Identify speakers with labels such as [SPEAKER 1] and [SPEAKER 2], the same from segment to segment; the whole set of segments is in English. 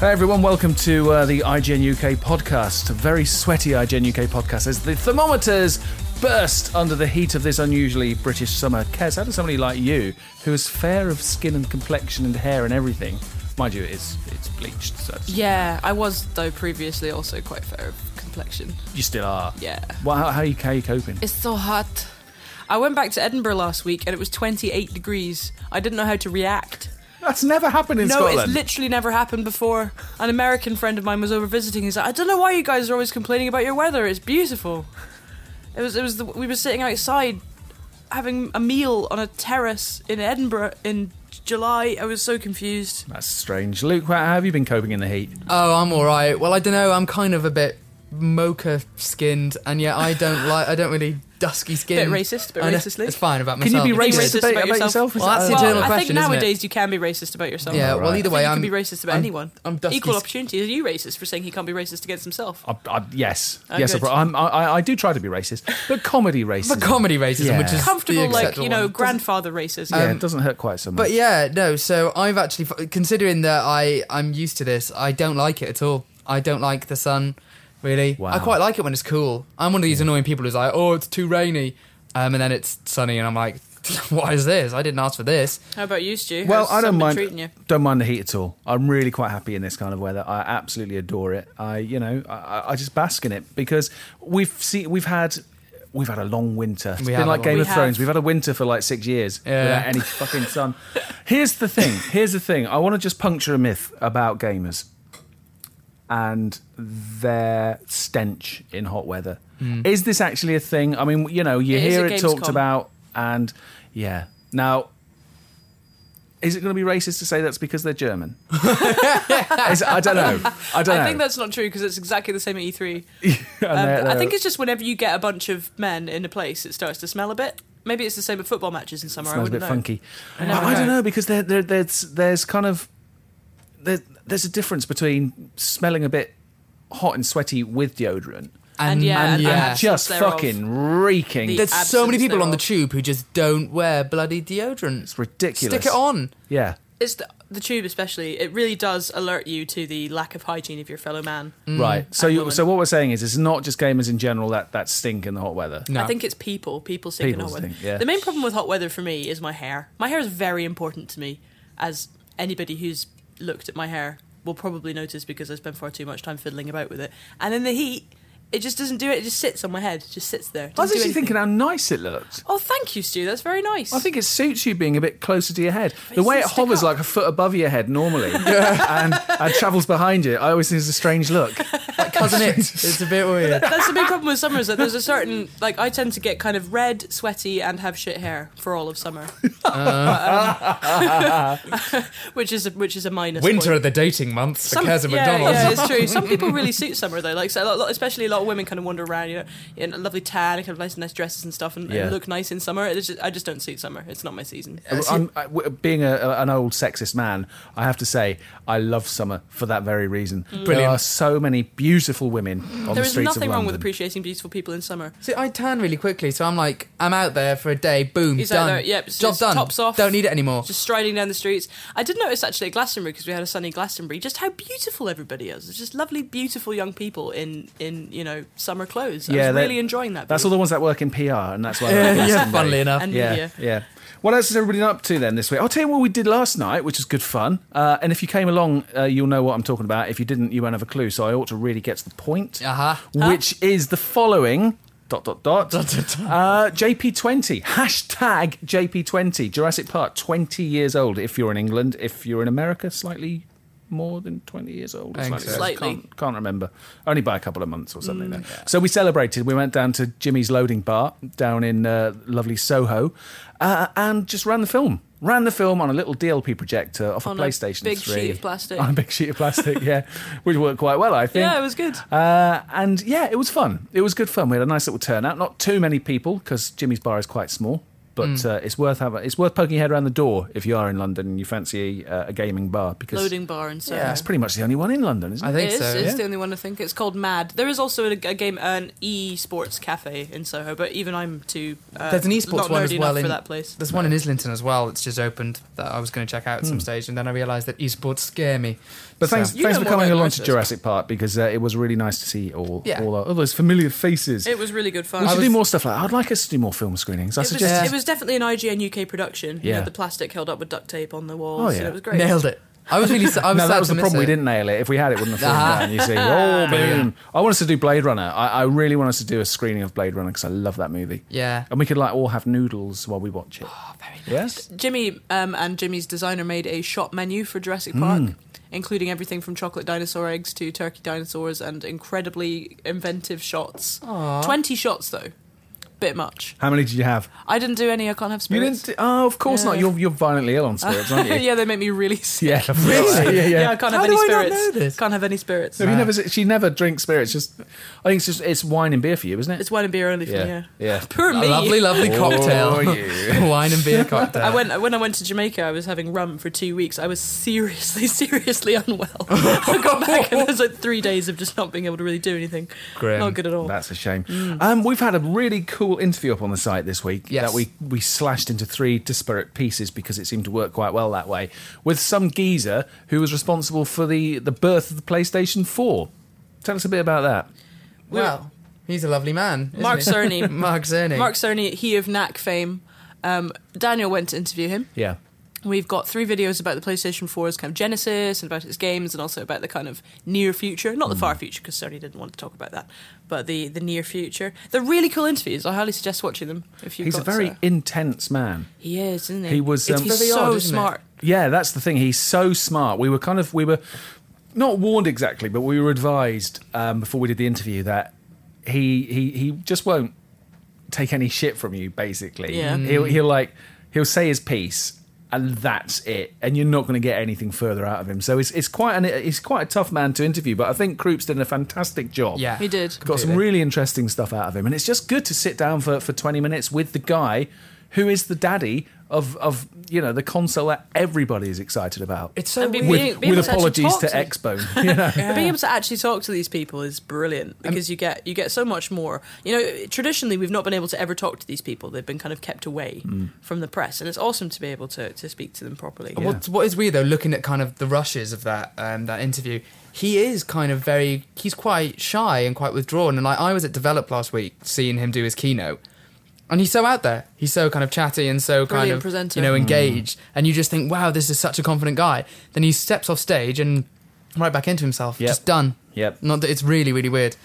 [SPEAKER 1] Hey everyone, welcome to uh, the IGN UK podcast. A very sweaty IGN UK podcast as the thermometers burst under the heat of this unusually British summer. Kes, how does somebody like you, who is fair of skin and complexion and hair and everything, mind you, it's it's bleached, so it's-
[SPEAKER 2] Yeah, I was though previously also quite fair of complexion.
[SPEAKER 1] you still are.
[SPEAKER 2] Yeah.
[SPEAKER 1] Well, how, how, are you, how are you coping?
[SPEAKER 2] It's so hot. I went back to Edinburgh last week and it was 28 degrees. I didn't know how to react.
[SPEAKER 1] That's never happened in
[SPEAKER 2] no,
[SPEAKER 1] Scotland.
[SPEAKER 2] it's literally never happened before. An American friend of mine was over visiting. He's like, I don't know why you guys are always complaining about your weather. It's beautiful. It was. It was. The, we were sitting outside having a meal on a terrace in Edinburgh in July. I was so confused.
[SPEAKER 1] That's strange. Luke, how have you been coping in the heat?
[SPEAKER 3] Oh, I'm all right. Well, I don't know. I'm kind of a bit mocha skinned, and yet I don't like. I don't really dusky skinned.
[SPEAKER 2] Bit racist, bit
[SPEAKER 3] I know.
[SPEAKER 2] racistly.
[SPEAKER 3] It's fine about
[SPEAKER 1] Can
[SPEAKER 3] myself.
[SPEAKER 1] you be
[SPEAKER 2] Being
[SPEAKER 1] racist,
[SPEAKER 2] racist
[SPEAKER 1] about,
[SPEAKER 2] about
[SPEAKER 1] about yourself?
[SPEAKER 2] yourself?
[SPEAKER 1] Is
[SPEAKER 3] Well,
[SPEAKER 1] that-
[SPEAKER 3] that's the
[SPEAKER 2] Well,
[SPEAKER 3] Internal
[SPEAKER 2] I
[SPEAKER 3] question,
[SPEAKER 2] think
[SPEAKER 3] isn't it?
[SPEAKER 2] nowadays you can be racist about yourself.
[SPEAKER 3] Yeah.
[SPEAKER 1] All
[SPEAKER 3] Well,
[SPEAKER 1] right.
[SPEAKER 3] either
[SPEAKER 2] I
[SPEAKER 3] way,
[SPEAKER 2] think
[SPEAKER 3] I'm
[SPEAKER 2] you can be racist about
[SPEAKER 3] I'm-
[SPEAKER 2] anyone.
[SPEAKER 3] I'm dusky.
[SPEAKER 2] Equal
[SPEAKER 3] sk-
[SPEAKER 2] opportunity. Are you racist for saying he can't be racist against himself?
[SPEAKER 1] I, I, yes, yes, I,
[SPEAKER 2] Oh, good.
[SPEAKER 1] pro- I'm, I, I- I do try to be racist, but comedy racism.
[SPEAKER 3] But comedy racism,
[SPEAKER 1] Yeah.
[SPEAKER 3] which is
[SPEAKER 2] Comfortable,
[SPEAKER 3] the
[SPEAKER 2] like
[SPEAKER 3] acceptable
[SPEAKER 2] you know,
[SPEAKER 3] one.
[SPEAKER 2] grandfather racism.
[SPEAKER 1] yeah, it doesn't hurt quite so much.
[SPEAKER 3] But yeah, no. So I've actually, considering that I I'm used to this, I don't like it at all. I don't like the sun, really.
[SPEAKER 1] Wow.
[SPEAKER 3] I quite like it when it's cool. I'm one of these annoying people who's like, oh, it's too rainy, um, and then it's sunny, and I'm like, what is this? I didn't ask for this.
[SPEAKER 2] How about you, Stu?
[SPEAKER 1] Well,
[SPEAKER 2] How's
[SPEAKER 1] I
[SPEAKER 2] sun
[SPEAKER 1] don't
[SPEAKER 2] been
[SPEAKER 1] mind.
[SPEAKER 2] treating you.
[SPEAKER 1] Don't mind the heat at all. I'm really quite happy in this kind of weather. I absolutely adore it. I, you know, I- I, I just bask in it because we've seen we've had. We've had a long winter. It's
[SPEAKER 3] We
[SPEAKER 1] been
[SPEAKER 3] have
[SPEAKER 1] like
[SPEAKER 3] had
[SPEAKER 1] Game
[SPEAKER 3] one.
[SPEAKER 1] of
[SPEAKER 2] We
[SPEAKER 1] Thrones.
[SPEAKER 2] have.
[SPEAKER 1] We've had a winter for like six years
[SPEAKER 3] Yeah.
[SPEAKER 1] without any fucking sun. Here's the thing. Here's the thing. I want to just puncture a myth about gamers and their stench in hot weather.
[SPEAKER 3] Hmm.
[SPEAKER 1] Is this actually a thing? I mean, you know, you
[SPEAKER 2] It is
[SPEAKER 1] hear
[SPEAKER 2] at
[SPEAKER 1] it talked
[SPEAKER 2] Gamescom.
[SPEAKER 1] about, and yeah. Now, is it going to be racist to say that's because they're German? Is- I don't know. I don't know.
[SPEAKER 2] I think that's not true because it's exactly the same at E3.
[SPEAKER 1] And
[SPEAKER 2] Um,
[SPEAKER 1] they're- uh,
[SPEAKER 2] I
[SPEAKER 1] they're-
[SPEAKER 2] think it's just whenever you get a bunch of men in a place, it starts to smell a bit. Maybe it's the same at football matches in summer. I
[SPEAKER 1] smells a
[SPEAKER 2] wouldn't
[SPEAKER 1] bit
[SPEAKER 2] know.
[SPEAKER 1] funky. I,
[SPEAKER 2] never
[SPEAKER 1] I don't
[SPEAKER 2] know.
[SPEAKER 1] know because there, there, there's there's kind of there, there's a difference between smelling a bit hot and sweaty with deodorant
[SPEAKER 2] And yeah,
[SPEAKER 3] and,
[SPEAKER 2] and- and
[SPEAKER 3] yeah.
[SPEAKER 1] and just
[SPEAKER 2] thereof.
[SPEAKER 1] fucking reeking.
[SPEAKER 2] The-
[SPEAKER 3] There's so many
[SPEAKER 2] absence
[SPEAKER 3] people on the
[SPEAKER 2] thereof.
[SPEAKER 3] tube who just don't wear bloody deodorant. It's
[SPEAKER 1] ridiculous.
[SPEAKER 3] Stick it on.
[SPEAKER 1] yeah.
[SPEAKER 2] It's the, the tube especially. It really does alert you to the lack of hygiene of your fellow man.
[SPEAKER 1] Right. So, you,
[SPEAKER 2] women.
[SPEAKER 1] so what we're saying is, it's not just gamers in general that, that stink in the hot weather.
[SPEAKER 3] No.
[SPEAKER 2] I think it's people. People stink in
[SPEAKER 1] People
[SPEAKER 2] hot weather.
[SPEAKER 1] stink, yeah.
[SPEAKER 2] The main problem with hot weather for me is my hair. My hair is very important to me, as anybody who's looked at my hair will probably notice because I spend far too much time fiddling about with it. And in the heat, it just doesn't do it. It just sits on my head. It just sits there. It
[SPEAKER 1] I was
[SPEAKER 2] doesn't do
[SPEAKER 1] actually
[SPEAKER 2] anything.
[SPEAKER 1] thinking how nice it looked.
[SPEAKER 2] Oh, thank you, Stu. That's very nice.
[SPEAKER 1] I think it suits you being a bit closer to your head. The way it
[SPEAKER 2] doesn't stick
[SPEAKER 1] hovers
[SPEAKER 2] up.
[SPEAKER 1] like a foot above your head normally and, and travels behind you, I always think it's a strange look.
[SPEAKER 3] Like Hasn't it? It's a bit weird.
[SPEAKER 2] That's the big problem with summer is that there's a certain like I tend to get kind of red, sweaty, and have shit hair for all of summer, Um, which is a, which is a minus.
[SPEAKER 3] Winter
[SPEAKER 2] point.
[SPEAKER 3] are the dating months. The cares of
[SPEAKER 2] yeah,
[SPEAKER 3] McDonald's.
[SPEAKER 2] yeah, it's true. Some people really suit summer though. Like, so a lot- lot- especially a lot of women kind of wander around, you know, in a lovely tan, kind of nice, nice dresses and stuff, and,
[SPEAKER 1] Yeah.
[SPEAKER 2] and look nice in summer. It's just, I just don't suit summer. It's not my season.
[SPEAKER 1] I'm, I, w- being a, a- an old sexist man, I have to say I love summer for that very reason. There
[SPEAKER 3] Brilliant.
[SPEAKER 1] are so many beautiful women on
[SPEAKER 2] Mm. there
[SPEAKER 1] the
[SPEAKER 2] is
[SPEAKER 1] streets
[SPEAKER 2] nothing
[SPEAKER 1] of London.
[SPEAKER 2] wrong with appreciating beautiful people in summer.
[SPEAKER 3] See, I tan really quickly, so I'm like, I'm out there for a day. Boom,
[SPEAKER 2] He's out
[SPEAKER 3] done.
[SPEAKER 2] there, yep, it's
[SPEAKER 3] job
[SPEAKER 2] just
[SPEAKER 3] done.
[SPEAKER 2] tops off.
[SPEAKER 3] Don't need it anymore.
[SPEAKER 2] Just striding down the streets. I did notice actually at Glastonbury because we had a sunny Glastonbury, just how beautiful everybody is. It's just lovely, beautiful young people in in you know summer clothes. I was
[SPEAKER 1] they-
[SPEAKER 2] really enjoying that.
[SPEAKER 1] That's all
[SPEAKER 2] bit.
[SPEAKER 1] the ones that work in PR, and that's why. they're Glastonbury.
[SPEAKER 3] Funnily enough,
[SPEAKER 2] and
[SPEAKER 1] Yeah,
[SPEAKER 2] media.
[SPEAKER 1] yeah. What else is everybody up to then this week? I'll tell you what we did last night, which was good fun. Uh, and if you came along, uh, you'll know what I'm talking about. If you didn't, you won't have a clue. So I ought to really get to the point,
[SPEAKER 3] Uh-huh.
[SPEAKER 1] which is the following. Dot dot dot. Uh, JP20 hashtag JP20 Jurassic Park 20 years old. If you're in England, if you're in America, slightly more than 20 years old. or
[SPEAKER 3] I think
[SPEAKER 1] less.
[SPEAKER 3] so.
[SPEAKER 2] Slightly. Mm.
[SPEAKER 1] Can't, can't remember. Only by a couple of months or something. though. So we celebrated. We went down to Jimmy's Loading Bar down in uh, lovely Soho uh, and just ran the film. Ran the film on a little DLP projector off
[SPEAKER 2] On
[SPEAKER 1] a
[SPEAKER 2] a
[SPEAKER 1] PlayStation
[SPEAKER 2] big
[SPEAKER 1] 3.
[SPEAKER 2] sheet of plastic.
[SPEAKER 1] On a big sheet of plastic, yeah. Which worked quite well, I think.
[SPEAKER 2] Yeah, it was good.
[SPEAKER 1] Uh, and yeah, it was fun. It was good fun. We had a nice little turnout. Not too many people because Jimmy's bar is quite small, but uh, it's worth having. It's worth poking your head around the door if you are in London and you fancy uh, a gaming bar because
[SPEAKER 2] Loading bar and so.
[SPEAKER 3] Yeah.
[SPEAKER 1] that's pretty much the only one in London, isn't
[SPEAKER 3] I
[SPEAKER 1] it?
[SPEAKER 3] think
[SPEAKER 2] It is,
[SPEAKER 3] so.
[SPEAKER 2] it's
[SPEAKER 3] yeah.
[SPEAKER 2] the only one I think. It's called Mad. There is also a, a game, an esports cafe in Soho, but even I'm too. Uh,
[SPEAKER 3] There's an
[SPEAKER 2] not
[SPEAKER 3] esports one
[SPEAKER 2] nerdy
[SPEAKER 3] as
[SPEAKER 2] enough
[SPEAKER 3] well. In,
[SPEAKER 2] for that place.
[SPEAKER 3] There's one in Islington as well that's just opened that I was going to check out at
[SPEAKER 2] Hmm.
[SPEAKER 3] some stage, and then I realised that esports scare me. uh,
[SPEAKER 1] But
[SPEAKER 3] So-
[SPEAKER 1] thanks,
[SPEAKER 2] You
[SPEAKER 1] thanks
[SPEAKER 2] know
[SPEAKER 1] for
[SPEAKER 2] more
[SPEAKER 1] coming
[SPEAKER 2] about
[SPEAKER 1] along to
[SPEAKER 2] Jurassic.
[SPEAKER 1] Jurassic Park because uh, it was really nice to see all
[SPEAKER 3] Yeah.
[SPEAKER 1] all, our, all those familiar faces.
[SPEAKER 2] It was really good fun.
[SPEAKER 1] we
[SPEAKER 2] I
[SPEAKER 1] should
[SPEAKER 2] was-
[SPEAKER 1] do more stuff like that. I'd like us to do more film screenings. I
[SPEAKER 2] It was,
[SPEAKER 1] suggest
[SPEAKER 2] it was definitely an IGN UK production. You
[SPEAKER 1] Yeah.
[SPEAKER 2] had the plastic held up with duct tape on the walls.
[SPEAKER 1] Oh,
[SPEAKER 2] and
[SPEAKER 1] yeah.
[SPEAKER 2] it was great.
[SPEAKER 3] Nailed it. I was really. s- I was
[SPEAKER 1] no,
[SPEAKER 3] sad
[SPEAKER 1] that was
[SPEAKER 3] to
[SPEAKER 1] the problem.
[SPEAKER 3] miss
[SPEAKER 1] We
[SPEAKER 3] it.
[SPEAKER 1] didn't nail it. If we had, it wouldn't have fallen down. You see, oh boom! I want us to do Blade Runner. I, I really want us to do a screening of Blade Runner because I love that movie.
[SPEAKER 3] Yeah.
[SPEAKER 1] and we could like all have noodles while we watch it. Oh, very Yes.
[SPEAKER 2] Jimmy um, and Jimmy's designer made a shop menu for Jurassic Park,
[SPEAKER 3] Mm.
[SPEAKER 2] including everything from chocolate dinosaur eggs to turkey dinosaurs and incredibly inventive shots. 20 shots, though. Bit much.
[SPEAKER 1] How many did you have?
[SPEAKER 2] I didn't do any. I can't have
[SPEAKER 1] You
[SPEAKER 2] spirits.
[SPEAKER 1] didn't. Oh, of course
[SPEAKER 2] Yeah.
[SPEAKER 1] not. You're you're violently ill on spirits, aren't you?
[SPEAKER 2] yeah, they make me really sick.
[SPEAKER 1] Yeah, really? Yeah, yeah.
[SPEAKER 2] I can't have
[SPEAKER 3] How
[SPEAKER 2] any
[SPEAKER 3] do I not
[SPEAKER 2] spirits.
[SPEAKER 3] know this?
[SPEAKER 2] Can't have any spirits.
[SPEAKER 1] Have you never? She never drinks spirits. Just, I think it's just it's wine and beer for you, isn't it?
[SPEAKER 2] It's wine and beer only for me.
[SPEAKER 1] yeah, yeah.
[SPEAKER 2] Poor
[SPEAKER 3] A
[SPEAKER 2] me.
[SPEAKER 3] lovely, lovely cocktail.
[SPEAKER 1] Oh, yeah.
[SPEAKER 3] Wine and beer cocktail.
[SPEAKER 2] I went when I went to Jamaica. I was having rum for two weeks. I was seriously, seriously unwell. I got back and it was like three days of just not being able to really do anything.
[SPEAKER 3] Grim.
[SPEAKER 2] Not good at all. Mm.
[SPEAKER 1] That's a shame. Um, we've had a really cool interview up on the site this week
[SPEAKER 3] Yes.
[SPEAKER 1] that we, we slashed into three disparate pieces because it seemed to work quite well that way with some geezer who was responsible for the, the birth of the PlayStation 4. Tell us a bit about that.
[SPEAKER 3] Well, he's a lovely man. isn't
[SPEAKER 2] Mark
[SPEAKER 3] he?
[SPEAKER 2] Cerny.
[SPEAKER 3] Mark Cerny.
[SPEAKER 2] Mark Cerny, he of Knack fame. Um, Daniel went to interview him.
[SPEAKER 1] Yeah.
[SPEAKER 2] We've got three videos about the PlayStation 4's kind of genesis and about its games and also about the kind of near future. Not the far future, because Sony didn't want to talk about that, but the, the near future. They're really cool interviews. I highly suggest watching them if you've
[SPEAKER 1] He's a
[SPEAKER 2] got
[SPEAKER 1] very
[SPEAKER 2] to.
[SPEAKER 1] intense man.
[SPEAKER 2] He is, isn't he?
[SPEAKER 1] He was,
[SPEAKER 2] It's-
[SPEAKER 1] um,
[SPEAKER 2] he's
[SPEAKER 3] Very
[SPEAKER 2] so
[SPEAKER 3] odd, isn't it?
[SPEAKER 2] smart.
[SPEAKER 1] Yeah, that's the thing. He's so smart. We were kind of we were not warned exactly, but we were advised um, before we did the interview that he he he just won't take any shit from you. Basically,
[SPEAKER 2] Yeah. Mm.
[SPEAKER 1] he'll he'll like he'll say his piece. And that's it, and you're not going to get anything further out of him. So it's it's quite an it's quite a tough man to interview, but I think Kroops did a fantastic job.
[SPEAKER 3] Yeah.
[SPEAKER 2] He did.
[SPEAKER 1] Got some
[SPEAKER 3] Completely.
[SPEAKER 1] really interesting stuff out of him, and it's just good to sit down for, for twenty minutes with the guy who is the daddy of of you know the console that everybody is excited about.
[SPEAKER 3] It's so
[SPEAKER 2] And be-
[SPEAKER 3] weird.
[SPEAKER 2] being-
[SPEAKER 1] with
[SPEAKER 2] being
[SPEAKER 1] with
[SPEAKER 2] able to actually
[SPEAKER 1] apologies to
[SPEAKER 2] talk to-
[SPEAKER 1] Xbone, you know.
[SPEAKER 2] But Being able to actually talk to these people is brilliant because you get you get so much more. You know, traditionally we've not been able to ever talk to these people. They've been kind of kept away from the press, and it's awesome to be able to, to speak to them properly.
[SPEAKER 3] But What's, what is weird though, looking at kind of the rushes of that um, that interview, he is kind of very he's quite shy and quite withdrawn. And like I was at Develop last week, seeing him do his keynote, and he's so out there. He's so kind of chatty and so kind
[SPEAKER 2] Brilliant
[SPEAKER 3] of
[SPEAKER 2] presenter.
[SPEAKER 3] you
[SPEAKER 1] Hmm.
[SPEAKER 3] know engaged. And you just think, wow, this is such a confident guy. Then he steps off stage and right back into himself,
[SPEAKER 1] Yep.
[SPEAKER 3] just done.
[SPEAKER 1] Yep.
[SPEAKER 3] Not that it's really really weird.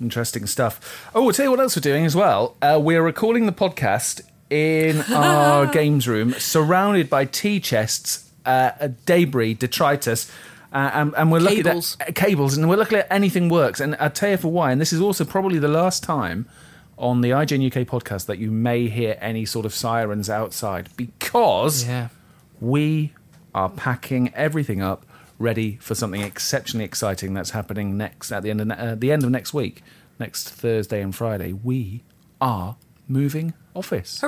[SPEAKER 1] Interesting stuff. Oh, I'll tell you what else we're doing as well. Uh, we're recording the podcast in our games room, surrounded by tea chests, uh, debris, detritus. Uh, and, and we're lucky
[SPEAKER 2] Cables.
[SPEAKER 1] that uh, cables, and we're lucky that anything works. And I tell you for why. And this is also probably the last time on the IGN UK podcast that you may hear any sort of sirens outside because
[SPEAKER 3] Yeah.
[SPEAKER 1] we are packing everything up, ready for something exceptionally exciting that's happening next at the end of ne- uh, the end of next week, next Thursday and Friday. We are moving office.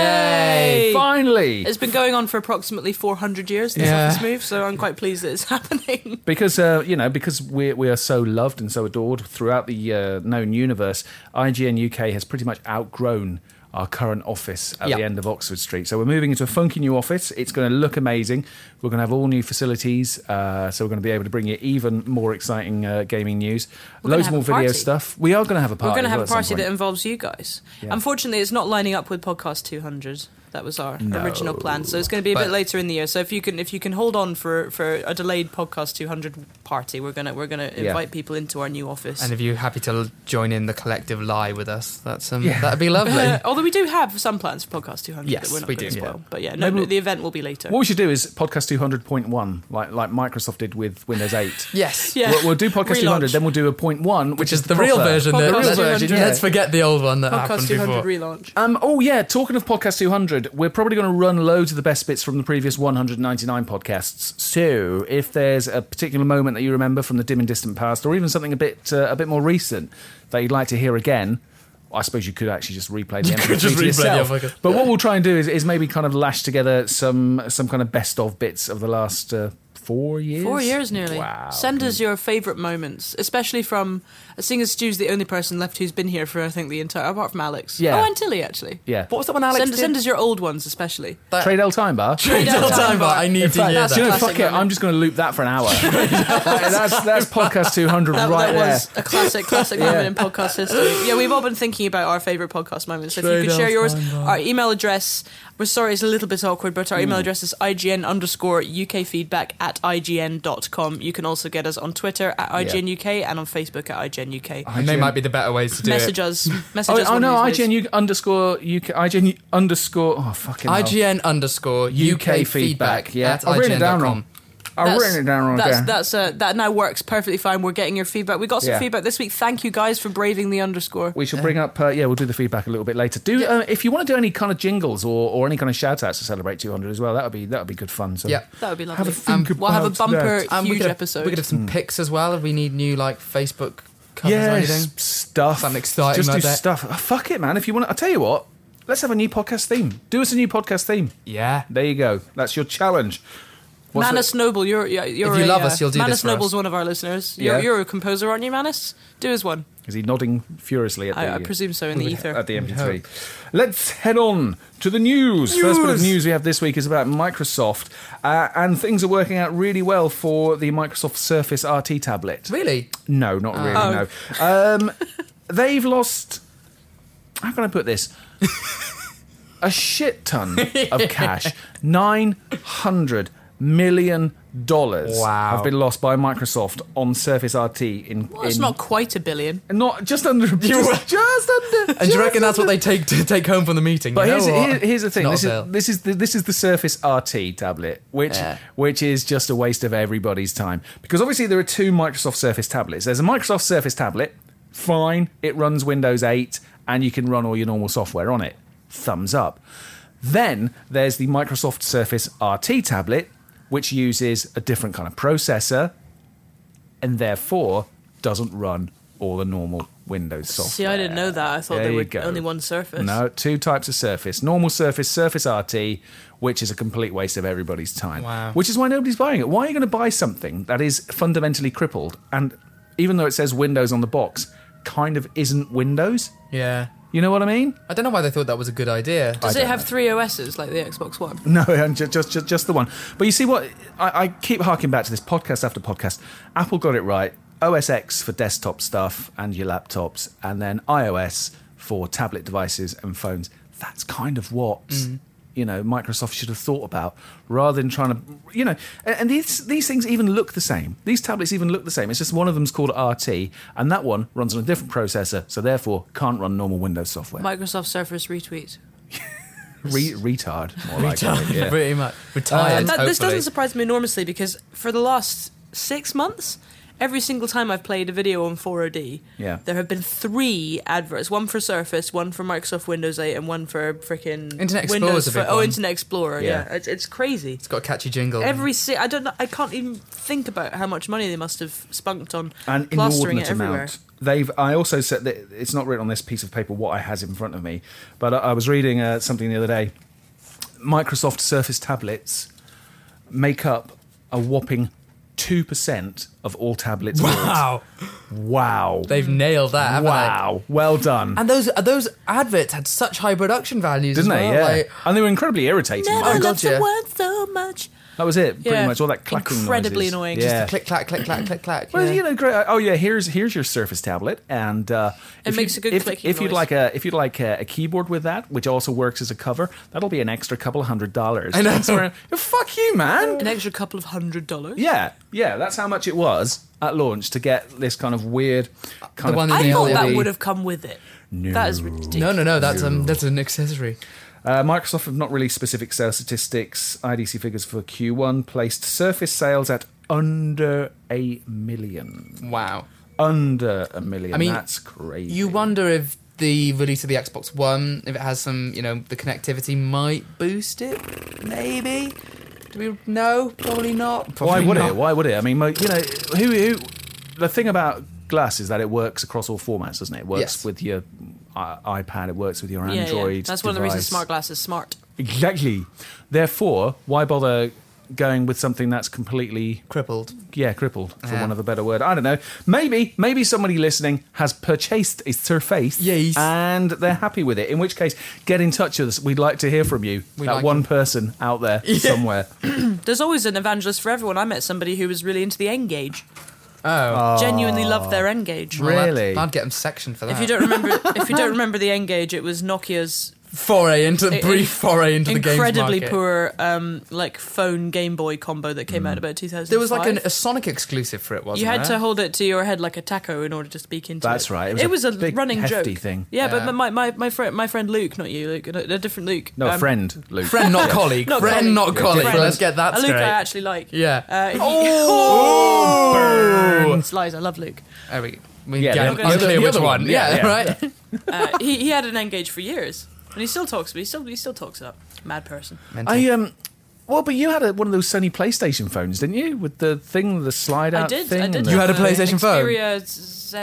[SPEAKER 2] Hooray!
[SPEAKER 3] Yay.
[SPEAKER 1] Finally,
[SPEAKER 2] It's been going on for approximately 400 years, this
[SPEAKER 3] Yeah.
[SPEAKER 2] office move, so I'm quite pleased that it's happening.
[SPEAKER 1] because uh, you know because we we are so loved and so adored throughout the uh, known universe. IGN UK has pretty much outgrown our current office at
[SPEAKER 3] Yeah.
[SPEAKER 1] the end of Oxford Street. So we're moving into a funky new office. It's going to look amazing. We're going to have all new facilities. Uh, so we're going to be able to bring you even more exciting uh, gaming news,
[SPEAKER 2] gonna
[SPEAKER 1] loads
[SPEAKER 2] have
[SPEAKER 1] more
[SPEAKER 2] a
[SPEAKER 1] video
[SPEAKER 2] party.
[SPEAKER 1] stuff. We are going to have a party.
[SPEAKER 3] Oh,
[SPEAKER 2] We're going to have
[SPEAKER 1] well,
[SPEAKER 2] a
[SPEAKER 1] at some
[SPEAKER 2] party that
[SPEAKER 1] point.
[SPEAKER 2] involves you guys. Unfortunately, it's not lining up with podcast 200. That was our original plan, so it's going to be a
[SPEAKER 3] But-
[SPEAKER 2] bit later in the year. So if you can, if you can hold on for, for a delayed podcast 200 party, we're gonna we're gonna
[SPEAKER 1] Yeah.
[SPEAKER 2] invite people into our new office.
[SPEAKER 3] And if you're happy to l- join in the collective lie with us, that's um,
[SPEAKER 1] Yeah.
[SPEAKER 3] that'd be lovely.
[SPEAKER 2] Uh, although we do have some plans for podcast 200
[SPEAKER 3] Yes,
[SPEAKER 2] that we're not
[SPEAKER 3] we
[SPEAKER 2] going
[SPEAKER 3] do.
[SPEAKER 2] to spoil. But yeah, no, no, the event will be later.
[SPEAKER 1] What we should do is podcast two hundred point one, like like Microsoft did with Windows eight.
[SPEAKER 3] yes.
[SPEAKER 2] Yeah.
[SPEAKER 1] We'll, we'll do podcast
[SPEAKER 2] Relaunch.
[SPEAKER 1] two hundred, then we'll do a point one, which,
[SPEAKER 3] Which is the real
[SPEAKER 1] proper.
[SPEAKER 3] version.
[SPEAKER 2] Podcast
[SPEAKER 3] that- let's-
[SPEAKER 2] 200,
[SPEAKER 3] Let's
[SPEAKER 2] yeah.
[SPEAKER 3] forget the old one that
[SPEAKER 2] podcast
[SPEAKER 3] happened
[SPEAKER 2] 200
[SPEAKER 3] before.
[SPEAKER 2] relaunch.
[SPEAKER 1] Um, oh yeah, talking of podcast 200, we're probably going to run loads of the best bits from the previous 199 podcasts. So, if there's a particular moment that you remember from the dim and distant past, or even something a bit uh, a bit more recent that you'd like to hear again. I suppose you could actually just replay the MP3
[SPEAKER 3] could just
[SPEAKER 1] to
[SPEAKER 3] replay the
[SPEAKER 1] yourself.
[SPEAKER 3] podcast.
[SPEAKER 1] But what we'll try and do is, is maybe kind of lash together some some kind of best of bits of the last uh, four years.
[SPEAKER 2] Four years nearly.
[SPEAKER 1] Wow.
[SPEAKER 2] Send us your favourite moments, especially from, uh, seeing as Stu's the only person left who's been here for, I think, the entire, apart from Alex.
[SPEAKER 1] Yeah.
[SPEAKER 2] Oh, and Tilly, actually.
[SPEAKER 1] Yeah.
[SPEAKER 3] What was that one, Alex?
[SPEAKER 2] Send,
[SPEAKER 3] did?
[SPEAKER 2] send us your old ones, especially.
[SPEAKER 3] that-
[SPEAKER 1] Trade L Time Bar.
[SPEAKER 3] Trade
[SPEAKER 2] Trade
[SPEAKER 3] L
[SPEAKER 2] L
[SPEAKER 3] time
[SPEAKER 2] Time
[SPEAKER 3] bar. I need to
[SPEAKER 1] Fact, do
[SPEAKER 3] hear
[SPEAKER 1] you know,
[SPEAKER 3] that.
[SPEAKER 2] classic
[SPEAKER 1] fuck it.
[SPEAKER 2] moment.
[SPEAKER 1] I'm just going to loop that for an hour. that's, that's podcast 200
[SPEAKER 2] That,
[SPEAKER 1] right
[SPEAKER 2] that
[SPEAKER 1] there.
[SPEAKER 2] was a classic, classic moment in podcast history. Yeah, we've all been thinking about our favourite podcast moments. So if
[SPEAKER 3] Straight
[SPEAKER 2] you could share
[SPEAKER 3] off
[SPEAKER 2] yours,
[SPEAKER 3] my mind.
[SPEAKER 2] our email address, we're sorry it's a little bit awkward, but our email
[SPEAKER 1] Hmm.
[SPEAKER 2] address is ign underscore ukfeedback at ign.com. You can also get us on Twitter at ignuk and on Facebook at ignuk.
[SPEAKER 3] And they might be the better ways to do
[SPEAKER 2] message
[SPEAKER 3] it.
[SPEAKER 2] us. Message
[SPEAKER 1] Oh,
[SPEAKER 2] us.
[SPEAKER 1] oh
[SPEAKER 2] one
[SPEAKER 1] no,
[SPEAKER 2] of these days.
[SPEAKER 1] IGN U- underscore UK, IGN underscore, oh fucking hell.
[SPEAKER 3] IGN underscore UK feedback.
[SPEAKER 1] yeah.
[SPEAKER 3] at
[SPEAKER 1] I've written it down
[SPEAKER 3] IGN.com.
[SPEAKER 1] wrong. I've
[SPEAKER 2] That's-
[SPEAKER 1] written it down wrong
[SPEAKER 2] That's
[SPEAKER 1] there.
[SPEAKER 2] that's uh, that now works perfectly fine. We're getting your feedback. We got some
[SPEAKER 1] Yeah.
[SPEAKER 2] feedback this week. Thank you guys for braving the underscore.
[SPEAKER 1] we shall bring up, uh, yeah, we'll do the feedback a little bit later. Do uh, if you want to do any kind of jingles or, or any kind of shout outs to celebrate 200 as well, that would be that would be good fun. So
[SPEAKER 3] Yeah.
[SPEAKER 2] that would be lovely. Um,
[SPEAKER 1] Have a think
[SPEAKER 2] we'll have a
[SPEAKER 1] about
[SPEAKER 2] bumper
[SPEAKER 1] that.
[SPEAKER 3] And we
[SPEAKER 2] huge
[SPEAKER 3] could have-
[SPEAKER 2] episode.
[SPEAKER 3] We could have some pics as well if we need new like Facebook covers or
[SPEAKER 1] Hmm. yes,
[SPEAKER 3] anything.
[SPEAKER 1] stuff.
[SPEAKER 3] Something exciting
[SPEAKER 1] Just
[SPEAKER 3] like
[SPEAKER 1] do
[SPEAKER 3] that.
[SPEAKER 1] stuff. Oh, fuck it, man. If you want, to, I tell you what. Let's have a new podcast theme. Do us a new podcast theme.
[SPEAKER 3] Yeah.
[SPEAKER 1] There you go. That's your challenge. What's
[SPEAKER 2] Manus Noble, you're, you're, you're
[SPEAKER 3] If you
[SPEAKER 2] a,
[SPEAKER 3] love
[SPEAKER 2] uh,
[SPEAKER 3] us, you'll do this
[SPEAKER 2] Manus
[SPEAKER 3] for
[SPEAKER 2] Noble's
[SPEAKER 3] us.
[SPEAKER 2] one of our listeners. You're,
[SPEAKER 1] Yeah.
[SPEAKER 2] you're a composer, aren't you, Manus? Do his one.
[SPEAKER 1] Is he nodding furiously at the
[SPEAKER 2] I, I presume so in the ether.
[SPEAKER 1] at the MP3? Let's head on to the news. First bit of news we have this week is about Microsoft, uh, and things are working out really well for the Microsoft Surface RT tablet.
[SPEAKER 3] Really?
[SPEAKER 1] No, not
[SPEAKER 3] Oh.
[SPEAKER 1] really. No, um, they've lost. How can I put this? A shit ton of cash, nine hundred million dollars
[SPEAKER 3] Wow.
[SPEAKER 1] have been lost by Microsoft on Surface RT in,
[SPEAKER 2] Well, it's
[SPEAKER 1] in
[SPEAKER 2] not quite a billion.
[SPEAKER 1] not just under just, just under
[SPEAKER 3] And do you reckon that's what they take to take home from the meeting?
[SPEAKER 1] but
[SPEAKER 3] you know
[SPEAKER 1] here's,
[SPEAKER 3] what?
[SPEAKER 1] here- here's the
[SPEAKER 3] It's
[SPEAKER 1] thing
[SPEAKER 3] not
[SPEAKER 1] this
[SPEAKER 3] a sale.
[SPEAKER 1] is, this is the this is the surface rt tablet which
[SPEAKER 3] Yeah.
[SPEAKER 1] which is just a waste of everybody's time because obviously there are two microsoft surface tablets there's a microsoft surface tablet fine it runs windows 8 and you can run all your normal software on it thumbs up then there's the microsoft surface rt tablet which uses a different kind of processor and therefore doesn't run all the normal Windows software.
[SPEAKER 2] See, I didn't know that. I thought
[SPEAKER 1] There
[SPEAKER 2] they
[SPEAKER 1] you
[SPEAKER 2] were
[SPEAKER 1] go.
[SPEAKER 2] only one surface.
[SPEAKER 1] No, Uh, two types of Surface: normal Surface, Surface RT, which is a complete waste of everybody's time.
[SPEAKER 3] Wow.
[SPEAKER 1] Which is why nobody's buying it. Why are you going to buy something that is fundamentally crippled and, even though it says Windows on the box, kind of isn't Windows?
[SPEAKER 3] yeah.
[SPEAKER 1] You know what I mean?
[SPEAKER 3] I don't know why they thought that was a good idea.
[SPEAKER 2] Does it have three OSs like the Xbox One?
[SPEAKER 1] No, and just, just just just the one. But you see what I, I keep harking back to this podcast after podcast. Apple got it right. OS X for desktop stuff and your laptops, and then iOS for tablet devices and phones. That's kind of what you know Microsoft should have thought about, rather than trying to you know. And, and these these things even look the same. These tablets even look the same. It's just one of them's called RT, and that one runs on a different processor, so therefore can't run normal Windows software.
[SPEAKER 2] Microsoft Surface retweet.
[SPEAKER 1] Re- retard, more like it, yeah.
[SPEAKER 3] Pretty much. Retired.
[SPEAKER 1] Oh,
[SPEAKER 2] Um, That- this
[SPEAKER 3] hopefully.
[SPEAKER 2] doesn't surprise me enormously because for the last six months, every single time I've played a video on 4OD,
[SPEAKER 1] Yeah.
[SPEAKER 2] there have been three adverts: one for Surface, one for Microsoft Windows 8, and one for freaking
[SPEAKER 3] Internet Explorer's
[SPEAKER 2] Windows.
[SPEAKER 3] a big
[SPEAKER 2] oh,
[SPEAKER 3] one.
[SPEAKER 2] Internet Explorer.
[SPEAKER 1] Yeah.
[SPEAKER 2] Yeah, It's, it's crazy.
[SPEAKER 3] It's got a catchy jingle.
[SPEAKER 2] Every si- I don't know, I can't even think about how much money they must have spunked on
[SPEAKER 1] an
[SPEAKER 2] plastering
[SPEAKER 1] inordinate
[SPEAKER 2] it everywhere.
[SPEAKER 1] amount. They've. I also said that it's not written on this piece of paper what I has in front of me, but I, I was reading uh, something the other day. Microsoft Surface tablets make up a whopping two percent of all tablets. built.
[SPEAKER 3] wow,
[SPEAKER 1] Wow!
[SPEAKER 3] they've nailed that. haven't they?
[SPEAKER 1] wow! Well done.
[SPEAKER 3] And those uh, those adverts had such high production values,
[SPEAKER 1] didn't
[SPEAKER 3] as
[SPEAKER 1] they?
[SPEAKER 3] well.
[SPEAKER 1] Yeah,
[SPEAKER 3] Like,
[SPEAKER 1] and they were incredibly irritating.
[SPEAKER 2] Never
[SPEAKER 3] Oh,
[SPEAKER 2] loved
[SPEAKER 3] God, yeah.
[SPEAKER 2] the world so much.
[SPEAKER 1] That was it, pretty
[SPEAKER 2] Yeah.
[SPEAKER 1] much. All that clacking
[SPEAKER 2] Incredibly
[SPEAKER 1] noises.
[SPEAKER 2] annoying. Just
[SPEAKER 1] Yeah.
[SPEAKER 2] the
[SPEAKER 3] click clack, click clack, click clack.
[SPEAKER 1] Well,
[SPEAKER 3] yeah.
[SPEAKER 1] you know, great. Oh yeah, here's here's your Surface tablet, and uh,
[SPEAKER 2] It
[SPEAKER 1] if
[SPEAKER 2] makes
[SPEAKER 1] you-
[SPEAKER 2] a good
[SPEAKER 1] if,
[SPEAKER 2] clicking
[SPEAKER 1] If you'd
[SPEAKER 2] noise.
[SPEAKER 1] like a if you'd like a, a keyboard with that, which also works as a cover, that'll be an extra couple of hundred dollars.
[SPEAKER 3] I know.
[SPEAKER 1] It's around- Fuck you, man.
[SPEAKER 2] An extra couple of hundred dollars.
[SPEAKER 1] Yeah, yeah. That's how much it was at launch to get this kind of weird kind
[SPEAKER 3] The one
[SPEAKER 1] of.
[SPEAKER 3] in
[SPEAKER 2] I
[SPEAKER 3] the
[SPEAKER 2] thought that
[SPEAKER 3] LED.
[SPEAKER 2] would have come with it. That is ridiculous.
[SPEAKER 3] No, no, no. That's um, that's an accessory.
[SPEAKER 1] Uh, Microsoft have not released specific sales statistics. IDC figures for Q1 placed Surface sales at under a million.
[SPEAKER 3] Wow.
[SPEAKER 1] Under a million.
[SPEAKER 3] I mean,
[SPEAKER 1] that's crazy.
[SPEAKER 3] You wonder if the release of the Xbox One, if it has some, you know, the connectivity might boost it. Maybe. Do we know? Probably not.
[SPEAKER 1] Why
[SPEAKER 3] Probably
[SPEAKER 1] would
[SPEAKER 3] not.
[SPEAKER 1] it? Why would it? I mean, mo- you know, who, who? The thing about Glass is that it works across all formats, doesn't it? It works
[SPEAKER 3] Yes.
[SPEAKER 1] with your i iPad, it works with your
[SPEAKER 2] Yeah, yeah.
[SPEAKER 1] Android.
[SPEAKER 2] That's one of the reasons
[SPEAKER 1] device.
[SPEAKER 2] smart glass is smart.
[SPEAKER 1] Exactly. Therefore, why bother going with something that's completely
[SPEAKER 3] Crippled.
[SPEAKER 1] yeah crippled for
[SPEAKER 3] Yeah.
[SPEAKER 1] want of a better word? I don't know. Maybe maybe somebody listening has purchased a Surface,
[SPEAKER 3] Yes.
[SPEAKER 1] and they're happy with it. In which case, get in touch with us. We'd like to hear from you.
[SPEAKER 3] We
[SPEAKER 1] that
[SPEAKER 3] like
[SPEAKER 1] one person out there somewhere.
[SPEAKER 2] There's always an evangelist for everyone. I met somebody who was really into the N gauge.
[SPEAKER 3] Oh,
[SPEAKER 2] Genuinely loved their N gauge.
[SPEAKER 1] Right.
[SPEAKER 3] Well,
[SPEAKER 1] really?
[SPEAKER 3] I'd, I'd get them sectioned for that.
[SPEAKER 2] If you don't remember, if you don't remember the N gauge, it was Nokia's
[SPEAKER 3] foray into the
[SPEAKER 2] It-
[SPEAKER 3] brief foray into the game
[SPEAKER 2] incredibly poor, um, like phone Game Boy combo that came out about 2000.
[SPEAKER 3] Hmm. There was like an, a Sonic exclusive for it, wasn't
[SPEAKER 2] you had
[SPEAKER 3] there?
[SPEAKER 2] to hold it to your head like a taco in order to speak into it.
[SPEAKER 1] That's right. It was a
[SPEAKER 2] a,
[SPEAKER 1] big,
[SPEAKER 2] running
[SPEAKER 1] hefty
[SPEAKER 2] joke.
[SPEAKER 1] thing.
[SPEAKER 2] Yeah,
[SPEAKER 3] Yeah.
[SPEAKER 2] but my, my, my friend my friend Luke, not you, Luke, a, a different Luke.
[SPEAKER 1] No, a
[SPEAKER 2] um,
[SPEAKER 1] friend, Luke.
[SPEAKER 3] Friend, not
[SPEAKER 1] Yeah.
[SPEAKER 3] colleague.
[SPEAKER 2] Not
[SPEAKER 3] Friend,
[SPEAKER 2] colleague.
[SPEAKER 3] not
[SPEAKER 2] Yeah,
[SPEAKER 3] colleague.
[SPEAKER 2] different.
[SPEAKER 3] Let's get that
[SPEAKER 2] a Luke
[SPEAKER 3] straight.
[SPEAKER 2] I actually like.
[SPEAKER 3] Yeah.
[SPEAKER 2] Uh, he-
[SPEAKER 3] oh!
[SPEAKER 2] Slice, I love Luke.
[SPEAKER 3] There we, we
[SPEAKER 1] Yeah,
[SPEAKER 3] get
[SPEAKER 1] the
[SPEAKER 3] it.
[SPEAKER 1] other-
[SPEAKER 3] unclear
[SPEAKER 1] the
[SPEAKER 3] which
[SPEAKER 1] other
[SPEAKER 3] one.
[SPEAKER 1] one.
[SPEAKER 3] Yeah,
[SPEAKER 1] Yeah, yeah.
[SPEAKER 3] right.
[SPEAKER 2] Uh, he, he had an engage for years, and he still talks. But he still he still talks it up. Mad person.
[SPEAKER 3] uh,
[SPEAKER 1] I um. Well, but you had a, one of those Sony PlayStation phones, didn't you? With the thing, the slide out
[SPEAKER 2] I did.
[SPEAKER 1] thing.
[SPEAKER 2] I
[SPEAKER 1] and
[SPEAKER 2] did.
[SPEAKER 1] the-
[SPEAKER 3] You had a
[SPEAKER 2] the
[SPEAKER 3] PlayStation phone?
[SPEAKER 2] Xperia Z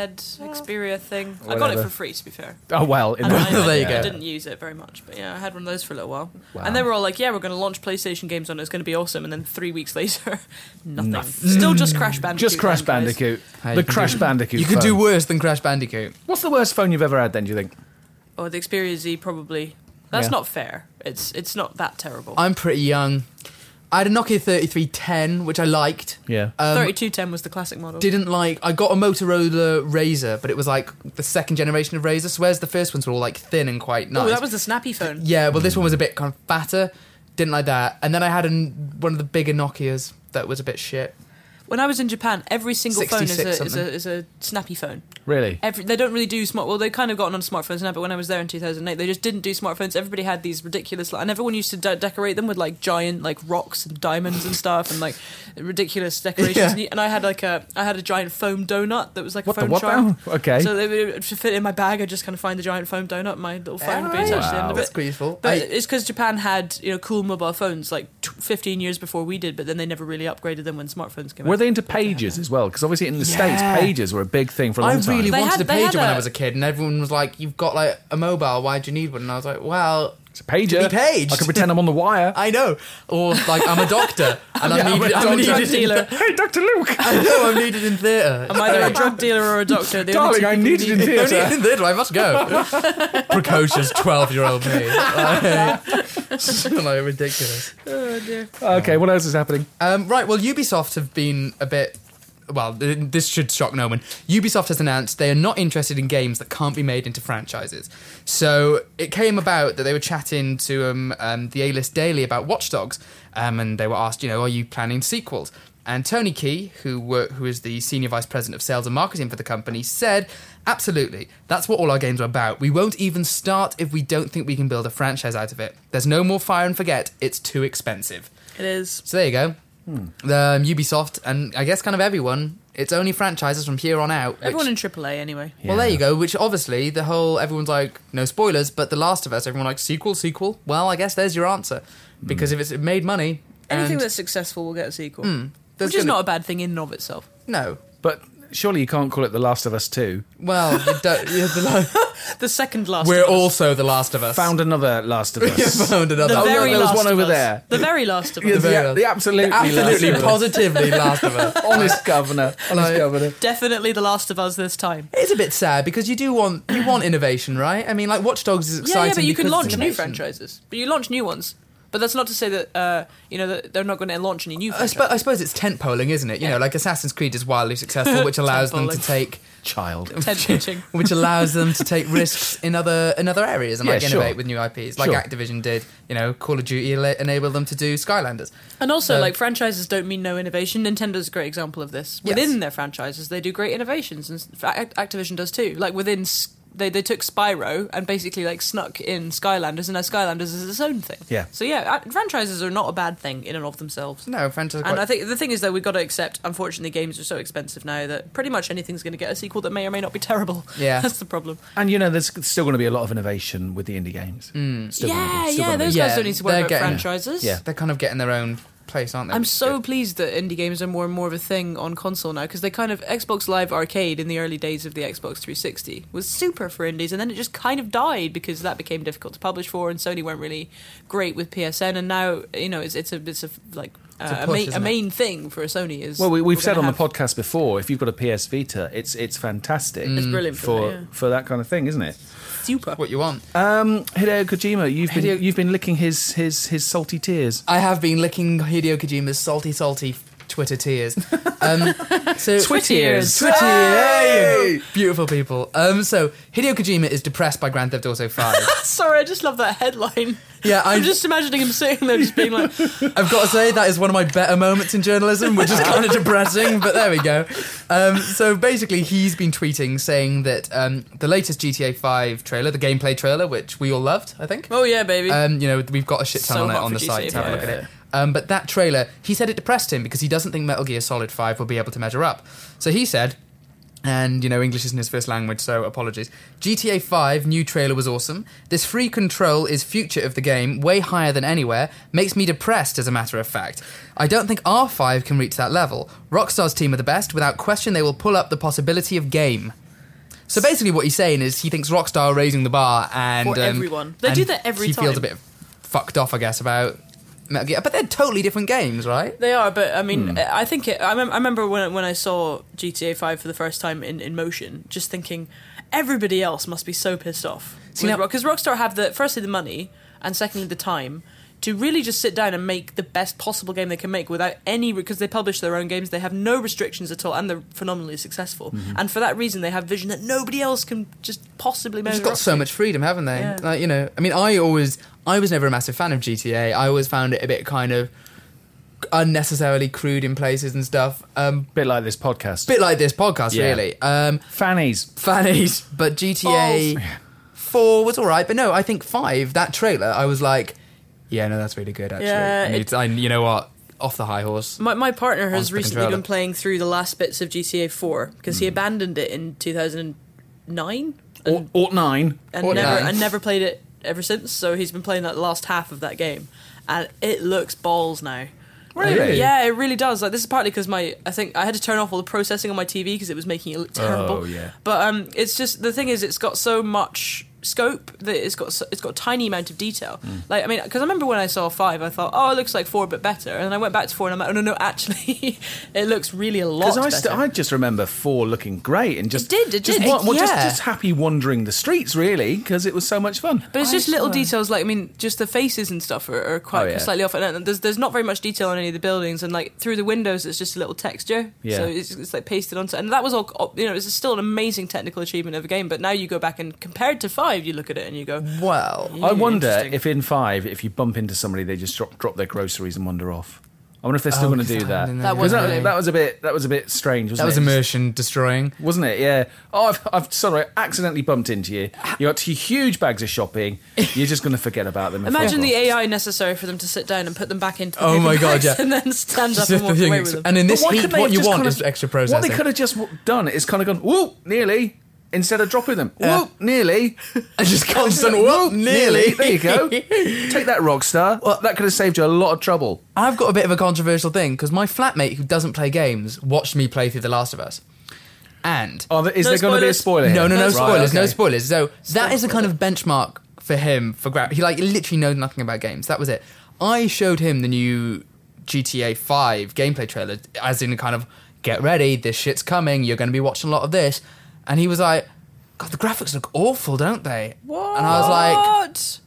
[SPEAKER 2] Xperia thing. I got it
[SPEAKER 1] Whatever.
[SPEAKER 2] for free. To be fair.
[SPEAKER 1] Oh well, in
[SPEAKER 2] And I,
[SPEAKER 3] There
[SPEAKER 2] I,
[SPEAKER 3] you
[SPEAKER 2] I
[SPEAKER 3] go.
[SPEAKER 2] didn't use it very much, but yeah, I had one of those for a little while.
[SPEAKER 1] Wow.
[SPEAKER 2] And they were all like, "Yeah, we're going to launch PlayStation games on it. It's going to be awesome." And then three weeks later, nothing. Still just Crash Bandicoot.
[SPEAKER 1] Mm. just Crash
[SPEAKER 2] then, guys.
[SPEAKER 1] Bandicoot. the
[SPEAKER 3] Hey, you can
[SPEAKER 1] Crash Bandicoot.
[SPEAKER 3] You could do
[SPEAKER 1] phone.
[SPEAKER 3] worse than Crash Bandicoot.
[SPEAKER 1] What's the worst phone you've ever had? Then do you think?
[SPEAKER 2] Or Oh, the Xperia Z probably. That's
[SPEAKER 1] Yeah.
[SPEAKER 2] not fair. It's it's not that terrible.
[SPEAKER 3] I'm pretty young. I had a Nokia 3310, which I liked.
[SPEAKER 1] Yeah.
[SPEAKER 3] Um,
[SPEAKER 2] 3210 was the classic model.
[SPEAKER 3] didn't like. I got a Motorola Razor, but it was like the second generation of Razor. So whereas the first ones were all like thin and quite nice.
[SPEAKER 2] Oh, that was the snappy phone.
[SPEAKER 3] yeah, well, this one was a bit kind of fatter. Didn't like that. And then I had an, one of the bigger Nokias that was a bit shit.
[SPEAKER 2] Oh, When I was in Japan, every single phone is
[SPEAKER 3] 66
[SPEAKER 2] a, is,
[SPEAKER 3] something.
[SPEAKER 2] a, is a snappy phone.
[SPEAKER 1] Really?
[SPEAKER 2] Every, they don't really do smart. Well, they kind of gotten on smartphones now, but when I was there in 2008, they just didn't do smartphones. Everybody had these ridiculous, like, and everyone used to de- decorate them with like giant like rocks and diamonds and stuff, and like ridiculous decorations.
[SPEAKER 3] Yeah.
[SPEAKER 2] And, you- and I had like a I had a giant foam donut that was like a
[SPEAKER 1] What the
[SPEAKER 2] foam
[SPEAKER 1] what
[SPEAKER 2] charm.
[SPEAKER 1] now? Okay.
[SPEAKER 2] So they, to fit in my bag, I just kind of find the giant foam donut. and My little phone would be
[SPEAKER 3] Aye.
[SPEAKER 2] attached to the end
[SPEAKER 1] Wow.
[SPEAKER 2] of
[SPEAKER 3] That's
[SPEAKER 2] it.
[SPEAKER 3] quite useful.
[SPEAKER 2] But
[SPEAKER 3] I-
[SPEAKER 2] it's because Japan had you know cool mobile phones like t- 15 years before we did, but then they never really upgraded them when smartphones came out.
[SPEAKER 1] Were they into pages as well? Because obviously in the states,
[SPEAKER 3] Yeah.
[SPEAKER 1] pages were a big thing for a
[SPEAKER 3] I
[SPEAKER 1] long time.
[SPEAKER 3] really
[SPEAKER 2] They
[SPEAKER 3] wanted
[SPEAKER 2] had-
[SPEAKER 3] a
[SPEAKER 2] they
[SPEAKER 3] pager
[SPEAKER 2] had
[SPEAKER 3] when I
[SPEAKER 2] a-
[SPEAKER 3] was a kid, and everyone was like, "You've got like a mobile. Why do you need one?" And I was like, "Well,
[SPEAKER 1] it's a pager.
[SPEAKER 3] To be paged.
[SPEAKER 1] I can pretend I'm on the wire.
[SPEAKER 3] I know." Or like, "I'm a doctor, and I'm,
[SPEAKER 1] Yeah, I'm
[SPEAKER 3] needed,
[SPEAKER 1] a
[SPEAKER 3] I'm
[SPEAKER 1] drug
[SPEAKER 3] needed in
[SPEAKER 2] dealer.
[SPEAKER 3] the-
[SPEAKER 1] hey, Doctor Luke.
[SPEAKER 3] I know I'm needed in theatre.
[SPEAKER 2] I'm either a drug dealer or a doctor. The only
[SPEAKER 1] Darling,
[SPEAKER 2] two
[SPEAKER 1] I'm
[SPEAKER 2] people who
[SPEAKER 1] needed in
[SPEAKER 2] need-
[SPEAKER 3] No
[SPEAKER 1] theatre.
[SPEAKER 3] need in theatre. I must go. Precocious twelve-year-old me. Like, like, ridiculous.
[SPEAKER 2] Oh, dear.
[SPEAKER 1] okay, what else is happening?
[SPEAKER 3] Um, right. Well, Ubisoft have been a bit. Well, th- this should shock no one. Ubisoft has announced they are not interested in games that can't be made into franchises. So it came about that they were chatting to um, um, the A-list Daily about Watch Dogs, um, and they were asked, you know, are you planning sequels? And Tony Key, who were, who is the senior vice president of sales and marketing for the company, said, "Absolutely, that's what all our games are about. We won't even start if we don't think we can build a franchise out of it. There's no more fire and forget. It's too expensive."
[SPEAKER 2] It is.
[SPEAKER 3] So there you go. um, Ubisoft, and I guess kind of everyone. It's only franchises from here on out. Which,
[SPEAKER 2] Everyone in AAA, anyway.
[SPEAKER 3] well, there you go. Which obviously the whole everyone's like no spoilers, but The Last of Us, everyone like sequel, sequel. Well, I guess there's your answer because if it's made money,
[SPEAKER 2] Anything
[SPEAKER 3] and
[SPEAKER 2] that's successful will get a sequel,
[SPEAKER 3] there's
[SPEAKER 2] which is
[SPEAKER 3] gonna-
[SPEAKER 2] not a bad thing in and of itself.
[SPEAKER 3] no.
[SPEAKER 1] But surely you can't call it The Last of Us 2.
[SPEAKER 3] Well, you don't- you're the la-
[SPEAKER 2] The second last.
[SPEAKER 3] we're
[SPEAKER 2] of Us.
[SPEAKER 3] also The Last of Us.
[SPEAKER 1] Found another Last of Us.
[SPEAKER 3] found another.
[SPEAKER 2] the
[SPEAKER 1] Oh, no,
[SPEAKER 2] very
[SPEAKER 1] there was
[SPEAKER 2] last
[SPEAKER 1] one
[SPEAKER 2] of
[SPEAKER 1] over
[SPEAKER 2] Us.
[SPEAKER 1] there.
[SPEAKER 2] The very last of
[SPEAKER 1] Yeah,
[SPEAKER 2] us.
[SPEAKER 1] the,
[SPEAKER 3] very-
[SPEAKER 1] the absolutely,
[SPEAKER 3] absolutely,
[SPEAKER 1] Last of Us.
[SPEAKER 3] positively Last of Us.
[SPEAKER 1] Honest governor. Honest
[SPEAKER 3] Like-
[SPEAKER 1] governor.
[SPEAKER 2] Definitely the last of us this time.
[SPEAKER 3] It's a bit sad because you do want you want innovation, right? I mean, like Watch Dogs is
[SPEAKER 2] Yeah,
[SPEAKER 3] exciting.
[SPEAKER 2] yeah, but you can
[SPEAKER 3] because
[SPEAKER 2] launch
[SPEAKER 3] it's
[SPEAKER 2] new
[SPEAKER 3] innovation.
[SPEAKER 2] franchises. But you launch new ones. But that's not to say that uh, you know that they're not going to launch any new.
[SPEAKER 3] I,
[SPEAKER 2] Franchises.
[SPEAKER 3] sp- I suppose it's tent poling, isn't it? You know, like Assassin's Creed is wildly successful, which allows them to
[SPEAKER 2] Tentpoling.
[SPEAKER 3] take
[SPEAKER 1] Child.
[SPEAKER 2] Ted pitching.
[SPEAKER 3] which allows them to take risks in other in other areas and
[SPEAKER 1] Yeah,
[SPEAKER 3] like
[SPEAKER 1] sure.
[SPEAKER 3] innovate with new IPs, like
[SPEAKER 1] Sure.
[SPEAKER 3] Activision did. You know, Call of Duty ele- enabled them to do Skylanders.
[SPEAKER 2] And also,
[SPEAKER 3] So-
[SPEAKER 2] like franchises don't mean no innovation. Nintendo's a great example of this.
[SPEAKER 3] Yes.
[SPEAKER 2] Within their franchises, they do great innovations, and s- Act- Activision does too. Like within, S- they they took Spyro and basically like snuck in Skylanders, and now Skylanders is its own thing.
[SPEAKER 1] Yeah.
[SPEAKER 2] So yeah, a- franchises are not a bad thing in and of themselves.
[SPEAKER 3] No, franchise.
[SPEAKER 2] And I think the thing is, though, we've got to accept, unfortunately, games are so expensive now that pretty much anything's going to get a sequel that may or may not be terrible.
[SPEAKER 3] Yeah.
[SPEAKER 2] That's the problem.
[SPEAKER 1] And you know, there's still going to be a lot of innovation with the indie games. Still gonna be-
[SPEAKER 2] Mm. yeah,
[SPEAKER 1] still
[SPEAKER 2] yeah,
[SPEAKER 1] gonna be.
[SPEAKER 2] those
[SPEAKER 3] Yeah,
[SPEAKER 2] guys don't need to worry
[SPEAKER 3] they're
[SPEAKER 2] about
[SPEAKER 3] getting-
[SPEAKER 2] franchises.
[SPEAKER 1] Yeah.
[SPEAKER 3] they're kind of getting their own place, aren't they?
[SPEAKER 2] I'm
[SPEAKER 3] Which is
[SPEAKER 2] so
[SPEAKER 3] good.
[SPEAKER 2] pleased that indie games are more and more of a thing on console now because they kind of Xbox Live Arcade in the early days of the Xbox 360 was super for indies, and then it just kind of died because that became difficult to publish for, and Sony weren't really great with PSN, and now you know it's it's a it's a like uh,
[SPEAKER 3] a
[SPEAKER 2] a,
[SPEAKER 3] push,
[SPEAKER 2] main, a
[SPEAKER 3] isn't it?
[SPEAKER 2] main thing for a Sony is
[SPEAKER 1] Well, we, we've
[SPEAKER 2] we're
[SPEAKER 1] said
[SPEAKER 2] gonna
[SPEAKER 1] on the
[SPEAKER 2] have-
[SPEAKER 1] podcast before, if you've got a PS Vita, it's it's fantastic.
[SPEAKER 2] Mm. It's brilliant for
[SPEAKER 1] for
[SPEAKER 2] that, yeah.
[SPEAKER 1] for that kind of thing, isn't it?
[SPEAKER 2] super.
[SPEAKER 3] What you want?
[SPEAKER 2] Uh,
[SPEAKER 1] Um, Hideo Kojima, you've been
[SPEAKER 3] Hideo-
[SPEAKER 1] you've been licking his his his salty tears.
[SPEAKER 3] I have been licking Hideo Kojima's salty, salty Twitter tears. Um, so
[SPEAKER 1] Twitteers.
[SPEAKER 3] Twitteers. Beautiful people. Um, so Hideo Kojima is depressed by Grand Theft Auto Five.
[SPEAKER 2] Sorry, I just love that headline.
[SPEAKER 3] yeah,
[SPEAKER 2] I'm
[SPEAKER 3] I
[SPEAKER 2] just imagining him sitting there, just being like,
[SPEAKER 3] I've got to say that is one of my better moments in journalism, which is kind of depressing, but there we go. Um, so basically, he's been tweeting saying that um, the latest GTA 5 trailer, the gameplay trailer, which we all loved, I think.
[SPEAKER 2] "Oh yeah, baby."
[SPEAKER 3] Um, you know, we've got a shit ton
[SPEAKER 2] So
[SPEAKER 3] on it
[SPEAKER 2] hot
[SPEAKER 3] on
[SPEAKER 2] for
[SPEAKER 3] the
[SPEAKER 2] GTA
[SPEAKER 3] site to have a look at
[SPEAKER 2] five.
[SPEAKER 3] it. Um, but that trailer, he said it depressed him because he doesn't think Metal Gear Solid 5 will be able to measure up. So he said, and you know, English isn't his first language, so apologies. GTA 5 new trailer was awesome. This free control is future of the game, way higher than anywhere. Makes me depressed, as a matter of fact. I don't think R5 can reach that level. Rockstar's team are the best. Without question, they will pull up the possibility of game. So basically, what he's saying is he thinks Rockstar are raising the bar, and
[SPEAKER 2] For everyone. They do that every
[SPEAKER 3] he feels
[SPEAKER 2] time.
[SPEAKER 3] a bit fucked off, I guess, about Metal Gear. But they're totally different games, right?
[SPEAKER 2] They are, but I mean,
[SPEAKER 3] Hmm.
[SPEAKER 2] I think it, I, mem- I remember when when I saw GTA Five for the first time in, in motion, just thinking everybody else must be so pissed off
[SPEAKER 3] See, now-
[SPEAKER 2] because Rockstar have the firstly the money and secondly the time to really just sit down and make the best possible game they can make without any because they publish their own games they have no restrictions at all and they're phenomenally successful
[SPEAKER 3] Mm-hmm.
[SPEAKER 2] and for that reason they have vision that nobody else can just possibly
[SPEAKER 3] They've
[SPEAKER 2] measure
[SPEAKER 3] just got
[SPEAKER 2] up
[SPEAKER 3] so
[SPEAKER 2] to.
[SPEAKER 3] much freedom, haven't they?
[SPEAKER 2] Yeah.
[SPEAKER 3] Like you know, I mean, I always, I was never a massive fan of GTA. I always found it a bit kind of unnecessarily crude in places and stuff. Um,
[SPEAKER 1] Bit like this podcast.
[SPEAKER 3] bit like this podcast,
[SPEAKER 1] Yeah.
[SPEAKER 3] really. Um,
[SPEAKER 1] Fannies.
[SPEAKER 3] fannies. But GTA four was all right, but no, I think five. That trailer, I was like, yeah, no, that's really good. Actually,
[SPEAKER 2] Yeah,
[SPEAKER 3] I need
[SPEAKER 2] it-
[SPEAKER 3] to- I- you know what? Off the high horse.
[SPEAKER 2] My, my partner has
[SPEAKER 3] Onto the
[SPEAKER 2] recently
[SPEAKER 3] controller.
[SPEAKER 2] been playing through the last bits of GTA 4 because he abandoned it in 2009
[SPEAKER 1] Or, or nine.
[SPEAKER 2] and
[SPEAKER 3] Or
[SPEAKER 2] never
[SPEAKER 3] nine.
[SPEAKER 2] and never played it ever since. So he's been playing that last half of that game, and it looks balls now.
[SPEAKER 3] Really?
[SPEAKER 2] Yeah, it really does. Like this is partly because my I think I had to turn off all the processing on my TV because it was making it look terrible.
[SPEAKER 1] Oh, yeah.
[SPEAKER 2] But um, it's just the thing is it's got so much scope that it's got so, it's got a tiny amount of detail.
[SPEAKER 1] Hmm.
[SPEAKER 2] Like I mean, because I remember when I saw five, I thought, oh, it looks like four but better, and then I went back to four and I'm like, oh no, no, actually, it looks really a lot.
[SPEAKER 1] Because I,
[SPEAKER 2] better.
[SPEAKER 1] st- I just remember four looking great and just
[SPEAKER 2] It did, it
[SPEAKER 1] just,
[SPEAKER 2] did.
[SPEAKER 1] wa- well, just
[SPEAKER 2] Yeah.
[SPEAKER 1] just happy wandering the streets really because it was so much fun.
[SPEAKER 2] But it's
[SPEAKER 3] I
[SPEAKER 2] just little
[SPEAKER 3] swear.
[SPEAKER 2] details, like I mean, just the faces and stuff are, are quite
[SPEAKER 1] Oh, yeah.
[SPEAKER 2] slightly off. And there's there's not very much detail on any of the buildings, and like through the windows, it's just a little texture.
[SPEAKER 1] Yeah.
[SPEAKER 2] So it's, it's like pasted onto, and that was all. You know, it's still an amazing technical achievement of a game. But now you go back and compared to five, you look at it and you go,
[SPEAKER 3] Well, Hmm,
[SPEAKER 1] I wonder if in five, if you bump into somebody, they just drop drop their groceries and wander off. I I wonder if they're still
[SPEAKER 3] Oh,
[SPEAKER 1] going to
[SPEAKER 3] 'cause
[SPEAKER 1] do
[SPEAKER 3] that
[SPEAKER 1] that.
[SPEAKER 3] happened in
[SPEAKER 4] That
[SPEAKER 3] the-
[SPEAKER 4] was-
[SPEAKER 1] Because
[SPEAKER 4] wasn't
[SPEAKER 1] that,
[SPEAKER 4] it?
[SPEAKER 1] that was a bit that was a bit strange. Wasn't
[SPEAKER 3] that was
[SPEAKER 1] it?
[SPEAKER 3] immersion destroying.
[SPEAKER 1] wasn't it? Yeah. Oh, I've, I've sorry, I accidentally bumped into you. You got two huge bags of shopping. You're just going to forget about them. if
[SPEAKER 2] Imagine
[SPEAKER 1] they're
[SPEAKER 2] the
[SPEAKER 1] gone.
[SPEAKER 2] AI necessary for them to sit down and put them back into. The
[SPEAKER 3] Oh
[SPEAKER 2] paper
[SPEAKER 3] my God,
[SPEAKER 2] bags
[SPEAKER 3] yeah.
[SPEAKER 2] And then stand up
[SPEAKER 3] Just
[SPEAKER 2] and
[SPEAKER 3] the
[SPEAKER 2] walk
[SPEAKER 3] thing
[SPEAKER 2] away
[SPEAKER 3] is-
[SPEAKER 2] with them.
[SPEAKER 3] and in
[SPEAKER 1] But
[SPEAKER 3] this
[SPEAKER 1] why
[SPEAKER 3] heat,
[SPEAKER 1] couldn't they
[SPEAKER 3] what
[SPEAKER 1] have
[SPEAKER 3] you
[SPEAKER 1] just
[SPEAKER 3] want
[SPEAKER 1] kind
[SPEAKER 3] is
[SPEAKER 1] of-
[SPEAKER 3] extra
[SPEAKER 1] What
[SPEAKER 3] processing.
[SPEAKER 1] they could have just w- done is kind of gone, whoop, nearly, instead of dropping them. Whoop, nearly.
[SPEAKER 3] and just constant
[SPEAKER 1] Whoop,
[SPEAKER 3] whoop,
[SPEAKER 1] nearly. There you go. Take that, Rockstar.
[SPEAKER 3] Well-
[SPEAKER 1] that could have saved you a lot of trouble.
[SPEAKER 3] I've got a bit of a controversial thing because my flatmate who doesn't play games watched me play through The Last of Us, and
[SPEAKER 1] Oh, is
[SPEAKER 2] No
[SPEAKER 1] there going to be a
[SPEAKER 2] spoilers.
[SPEAKER 1] spoiler?
[SPEAKER 3] No,
[SPEAKER 1] here?
[SPEAKER 3] no, no
[SPEAKER 1] Right,
[SPEAKER 3] spoilers. No
[SPEAKER 1] okay.
[SPEAKER 3] spoilers. So that is a kind of benchmark for him for grab. He like literally knows nothing about games. That was it. I showed him the new GTA Five gameplay trailer, as in kind of get ready, this shit's coming. You're going to be watching a lot of this, and he was like, "God, the graphics look awful, don't they?"
[SPEAKER 2] What?
[SPEAKER 3] And I was like,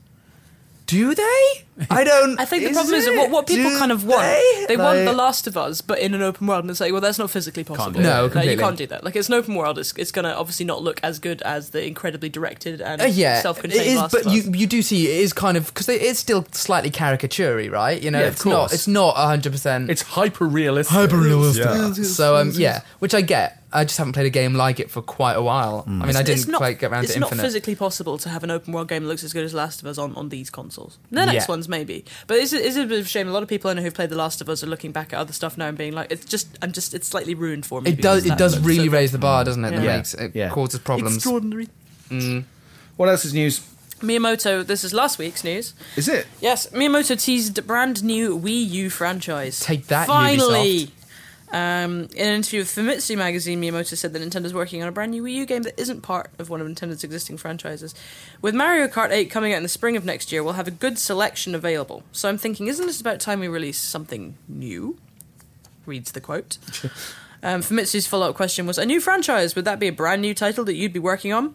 [SPEAKER 3] "Do they? I don't."
[SPEAKER 2] I think the problem is that what, what people
[SPEAKER 3] Do
[SPEAKER 2] kind of want. They, want
[SPEAKER 3] Like-
[SPEAKER 2] The Last of Us, but in an open world, and it's like, well, that's not physically possible.
[SPEAKER 1] do it. No,
[SPEAKER 3] completely.
[SPEAKER 2] you can't do that. Like it's an open world. It's, it's gonna obviously not look as good as the incredibly directed and
[SPEAKER 3] Uh, yeah, it
[SPEAKER 2] self-contained
[SPEAKER 3] is,
[SPEAKER 2] Last
[SPEAKER 3] but
[SPEAKER 2] of Us.
[SPEAKER 3] you you do see it is kind of because it's still slightly caricaturey, right? You know,
[SPEAKER 1] Yeah, of
[SPEAKER 3] it's not
[SPEAKER 1] course.
[SPEAKER 3] it's not hundred percent.
[SPEAKER 1] It's hyper realistic. Yeah.
[SPEAKER 3] So um, yeah, which I get. I just haven't played a game like it for quite a while.
[SPEAKER 1] Mm.
[SPEAKER 3] I mean, I didn't quite get around
[SPEAKER 2] it's
[SPEAKER 3] to
[SPEAKER 2] not
[SPEAKER 3] Infinite.
[SPEAKER 2] physically possible to have an open world game that looks as good as Last of Us on, on these consoles. The next
[SPEAKER 3] Yeah.
[SPEAKER 2] ones maybe, but it's, it's a bit of a shame. A lot of people I know who've played The Last of Us are looking back at other stuff now and being like, it's just I'm just it's slightly ruined for me.
[SPEAKER 3] it does. It does really
[SPEAKER 2] raise
[SPEAKER 3] raise the bar, doesn't it? That
[SPEAKER 1] Yeah.
[SPEAKER 3] makes it
[SPEAKER 1] Yeah.
[SPEAKER 3] causes problems.
[SPEAKER 2] extraordinary.
[SPEAKER 1] What else is news?
[SPEAKER 2] Miyamoto, this is last week's news.
[SPEAKER 1] Is it?
[SPEAKER 2] Yes, Miyamoto teased a brand new Wii U franchise.
[SPEAKER 3] Take that,
[SPEAKER 2] Finally! Um, in an interview with Famitsu magazine, Miyamoto said that Nintendo's working on a brand new Wii U game that isn't part of one of Nintendo's existing franchises. With Mario Kart 8 coming out in the spring of next year, we'll have a good selection available. So I'm thinking, isn't this about time we release something new? Reads the quote. um, Famitsu's follow up question was A new franchise, would that be a brand new title that you'd be working on?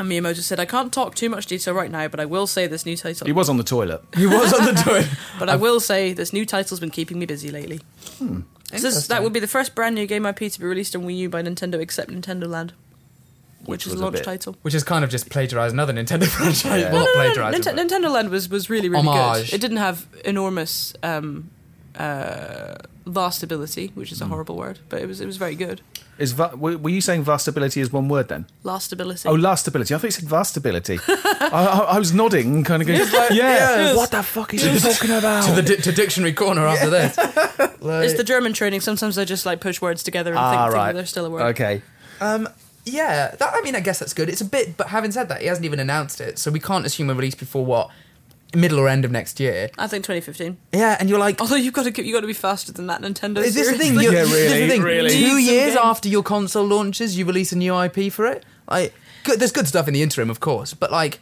[SPEAKER 2] And Miyamoto said, I can't talk too much detail right now, but I will say this new title.
[SPEAKER 1] He was on the toilet.
[SPEAKER 3] He was on the toilet.
[SPEAKER 2] But I will say this new title's been keeping me busy lately.
[SPEAKER 1] Hmm,
[SPEAKER 2] So this, that would be the first brand new game IP to be released on Wii U by Nintendo except Nintendo Land, which, is
[SPEAKER 1] was a
[SPEAKER 2] a launch
[SPEAKER 1] bit-
[SPEAKER 2] title.
[SPEAKER 3] Which is kind of just plagiarised another Nintendo franchise.
[SPEAKER 1] Yeah.
[SPEAKER 2] No, no,
[SPEAKER 3] Well, not
[SPEAKER 2] no, no,
[SPEAKER 3] plagiarised.
[SPEAKER 2] Nint- Nintendo Land was, was really, really
[SPEAKER 3] Homage.
[SPEAKER 2] good. It didn't have enormous um, uh, vast ability, which
[SPEAKER 1] Hmm.
[SPEAKER 2] is a horrible word, but it was it was very good.
[SPEAKER 1] Is va- were were you saying vastability is one word then?
[SPEAKER 2] Last ability.
[SPEAKER 1] Oh, lastability. I thought you said vastability. I, I, I was nodding, and kind of going, yeah. What the fuck is he talking about?
[SPEAKER 3] to the di- to dictionary corner after this. Like-
[SPEAKER 2] it's the German training. Sometimes I just like push words together and think,
[SPEAKER 1] ah,
[SPEAKER 2] think that
[SPEAKER 1] right.
[SPEAKER 2] they're still a word.
[SPEAKER 1] Okay.
[SPEAKER 3] Um, yeah, that, I mean, I guess that's good. It's a bit, but having said that, he hasn't even announced it, so we can't assume a release before what middle or end of next year. Oh,
[SPEAKER 2] I think 2015.
[SPEAKER 3] Yeah, and you're like,
[SPEAKER 2] Although you've got to you got to be faster than that Nintendo.
[SPEAKER 3] is this the thing?
[SPEAKER 2] seriously.
[SPEAKER 3] You're-
[SPEAKER 1] Yeah,
[SPEAKER 3] this is
[SPEAKER 1] really,
[SPEAKER 3] the thing.
[SPEAKER 1] really.
[SPEAKER 3] Two
[SPEAKER 2] Need some
[SPEAKER 3] years
[SPEAKER 2] game.
[SPEAKER 3] after your console launches, you release a new IP for it. Like, good, there's good stuff in the interim, of course, but like,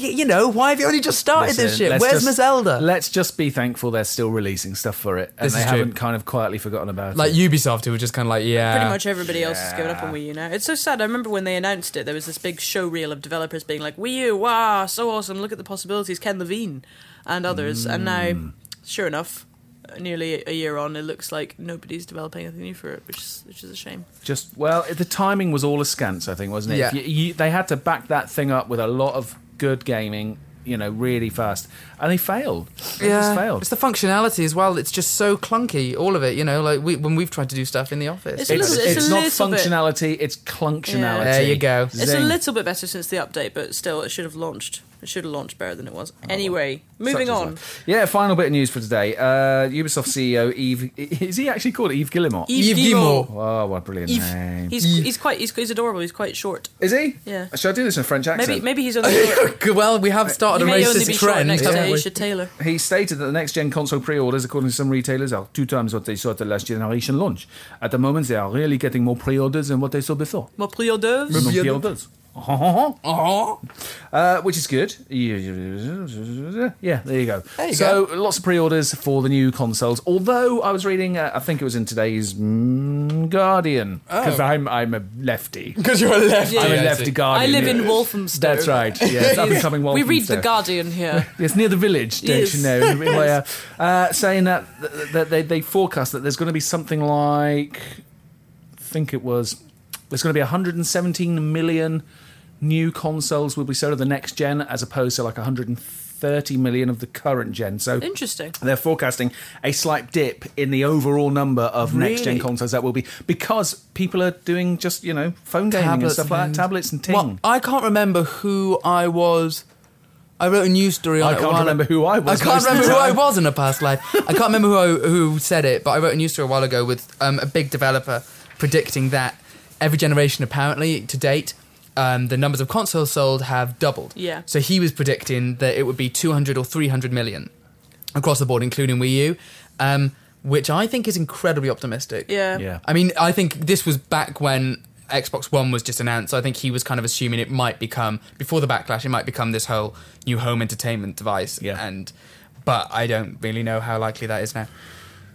[SPEAKER 3] y- you know, why have you only just started this
[SPEAKER 1] Listen,
[SPEAKER 3] shit?
[SPEAKER 1] let's
[SPEAKER 3] Where's
[SPEAKER 1] just-
[SPEAKER 3] Miss Elder?
[SPEAKER 1] Let's just be thankful they're still releasing stuff for it, and
[SPEAKER 3] This
[SPEAKER 1] they
[SPEAKER 3] is true.
[SPEAKER 1] haven't kind of quietly forgotten about
[SPEAKER 3] like
[SPEAKER 1] it.
[SPEAKER 3] Ubisoft, who were just kind of like, yeah,
[SPEAKER 2] Pretty much everybody else has given up on Wii U now. It's so sad. I remember when they announced it, there was this big showreel of developers being like, Wii U, wow, so awesome, look at the possibilities, Ken Levine, and others. And now, sure enough, nearly a year on, it looks like nobody's developing anything new for it, which is, which is a shame.
[SPEAKER 1] Just well, the timing was all askance, I think, wasn't it?
[SPEAKER 3] Yeah.
[SPEAKER 1] If You, you, they had to back that thing up with a lot of good gaming, you know, really fast, and they failed. They
[SPEAKER 3] Yeah,
[SPEAKER 1] just failed.
[SPEAKER 3] it's the functionality as well. It's just so clunky, all of it. You know, like we, when we've tried to do stuff in the office,
[SPEAKER 2] It's a
[SPEAKER 1] it's,
[SPEAKER 2] little- it's a
[SPEAKER 1] it's not
[SPEAKER 2] little bit-
[SPEAKER 1] functionality; it's clunctionality.
[SPEAKER 2] Yeah.
[SPEAKER 3] There you go. It's
[SPEAKER 2] It's a
[SPEAKER 1] Zing.
[SPEAKER 2] little bit better since the update, but still, it should have launched. It should have launched better than it was. Anyway, moving
[SPEAKER 1] Such is
[SPEAKER 2] on.
[SPEAKER 1] life. Yeah, final bit of news for today. Uh, Ubisoft CEO Eve is he actually called Eve Guillemot?
[SPEAKER 3] Yves
[SPEAKER 2] Guillemot.
[SPEAKER 3] Guillemot.
[SPEAKER 1] Oh, what a brilliant name!
[SPEAKER 2] Yves. He's, he's quite he's, he's adorable. He's quite short.
[SPEAKER 1] is he?
[SPEAKER 2] Yeah.
[SPEAKER 1] Should I do this in a French accent?
[SPEAKER 2] Maybe maybe he's on the
[SPEAKER 3] Good, well, we have started
[SPEAKER 2] He
[SPEAKER 3] a
[SPEAKER 2] may only be
[SPEAKER 3] racist
[SPEAKER 2] short
[SPEAKER 3] trend.
[SPEAKER 2] next
[SPEAKER 3] haven't
[SPEAKER 2] time. You
[SPEAKER 3] we?
[SPEAKER 2] should tailor.
[SPEAKER 1] He stated that the next gen console pre orders, according to some retailers, are two times what they saw at the last generation launch. At the moment, they are really getting more pre orders than what they saw before.
[SPEAKER 2] More prix hors d'oeuvres.
[SPEAKER 1] More
[SPEAKER 3] Yeah.
[SPEAKER 1] pre-orders. Uh-huh.
[SPEAKER 3] Oh,
[SPEAKER 1] Uh, which is good. Yeah, there you go.
[SPEAKER 3] There you
[SPEAKER 1] so lots of pre-orders for the new consoles. Although I was reading, uh, I think it was in today's mm, Guardian because I'm I'm a lefty.
[SPEAKER 3] because you're a left.
[SPEAKER 2] Oh. Yeah.
[SPEAKER 1] I'm a
[SPEAKER 2] I
[SPEAKER 1] lefty
[SPEAKER 2] I
[SPEAKER 1] Guardian.
[SPEAKER 2] live in Walthamstow.
[SPEAKER 1] That's right. Yes, I'm becoming
[SPEAKER 2] We read the
[SPEAKER 1] Walthamstow.
[SPEAKER 2] Guardian here.
[SPEAKER 1] Yes, near the village, don't
[SPEAKER 2] Yes.
[SPEAKER 1] you know? in Wales. uh, saying that, that they, they forecast that there's going to be something like, I think it was, there's going to be 117 million new consoles will be sold of the next gen, as opposed to like 150 30 million of the current gen. So
[SPEAKER 2] Interesting.
[SPEAKER 1] they're forecasting a slight dip in the overall number of next gen
[SPEAKER 3] Really?
[SPEAKER 1] consoles that will be because people are doing just you know phone gaming and
[SPEAKER 3] Tablets
[SPEAKER 1] stuff like that,
[SPEAKER 3] and-
[SPEAKER 1] tablets and ting.
[SPEAKER 3] Well, I can't remember who I was. I wrote a news story on
[SPEAKER 1] I
[SPEAKER 3] it a
[SPEAKER 1] can't
[SPEAKER 3] while-
[SPEAKER 1] remember who I was
[SPEAKER 3] I can't
[SPEAKER 1] most of the
[SPEAKER 3] remember who I
[SPEAKER 1] time.
[SPEAKER 3] was in a past life. I can't remember who I, who said it, but I wrote a news story a while ago with um, a big developer predicting that every generation, apparently to date, um, the numbers of consoles sold have doubled.
[SPEAKER 2] Yeah.
[SPEAKER 3] So he was predicting that it would be 200 or 300 million across the board, including Wii U, um, which I think is incredibly optimistic.
[SPEAKER 2] Yeah.
[SPEAKER 1] Yeah.
[SPEAKER 3] I mean, I think this was back when Xbox One was just announced. I think he was kind of assuming it might become before the backlash. It might become this whole new home entertainment device.
[SPEAKER 1] Yeah.
[SPEAKER 3] And but I don't really know how likely that is now.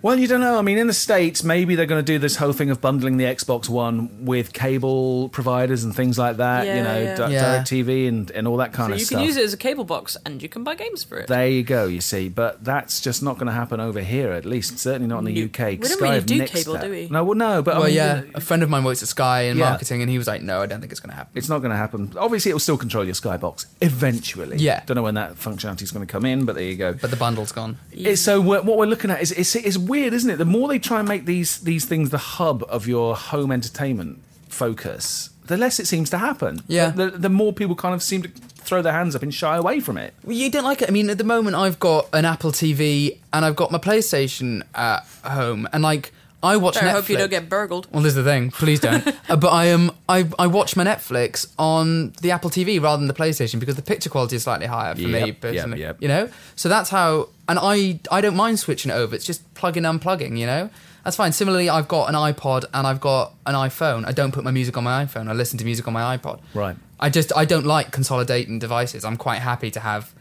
[SPEAKER 1] Well, you don't know. I mean, in the States, maybe they're going to do this whole thing of bundling the Xbox One with cable providers and things like that, you
[SPEAKER 2] Yeah,
[SPEAKER 1] know,
[SPEAKER 2] yeah.
[SPEAKER 1] Di-
[SPEAKER 3] Yeah.
[SPEAKER 1] direct TV and, and all that kind
[SPEAKER 2] So
[SPEAKER 1] of
[SPEAKER 2] you
[SPEAKER 1] stuff.
[SPEAKER 2] can use it as a cable box and you can buy games for it.
[SPEAKER 1] There you go, you see. But that's just not going to happen over here, at least. Certainly not in the
[SPEAKER 2] No.
[SPEAKER 1] UK.
[SPEAKER 2] We don't
[SPEAKER 1] Sky
[SPEAKER 2] really
[SPEAKER 1] have
[SPEAKER 2] do
[SPEAKER 1] nixed
[SPEAKER 2] cable,
[SPEAKER 1] that.
[SPEAKER 2] do we?
[SPEAKER 1] No, well, no, but I
[SPEAKER 3] Well,
[SPEAKER 1] mean,
[SPEAKER 3] yeah, a friend of mine works at Sky in
[SPEAKER 1] Yeah.
[SPEAKER 3] marketing, and he was like, "No, I don't think it's going to happen."
[SPEAKER 1] It's not going to happen. Obviously, it will still control your Skybox eventually.
[SPEAKER 3] Yeah.
[SPEAKER 1] Don't know when that functionality is going to come in, but there you go.
[SPEAKER 3] But the bundle's gone.
[SPEAKER 1] It's- so we're, what we're looking at is it's, it's weird, isn't it? The more they try and make these these things the hub of your home entertainment focus, the less it seems to happen.
[SPEAKER 3] Yeah.
[SPEAKER 1] The, the more people kind of seem to throw their hands up and shy away from it.
[SPEAKER 3] Well, you don't like it. I mean, at the moment, I've got an Apple TV and I've got my PlayStation at home, and like I watch.
[SPEAKER 2] Better
[SPEAKER 3] Netflix.
[SPEAKER 2] hope you don't get burgled.
[SPEAKER 3] Well, there's the thing. Please don't. uh, but I um I I watch my Netflix on the Apple TV rather than the PlayStation because the picture quality is slightly higher for
[SPEAKER 1] Yep,
[SPEAKER 3] me
[SPEAKER 1] yep,
[SPEAKER 3] personally.
[SPEAKER 1] yep.
[SPEAKER 3] You know, so that's how. And I I don't mind switching it over. It's just plugging unplugging. You know, that's fine. Similarly, I've got an iPod and I've got an iPhone. I don't put my music on my iPhone. I listen to music on my iPod.
[SPEAKER 1] Right.
[SPEAKER 3] I just I don't like consolidating devices. I'm quite happy to have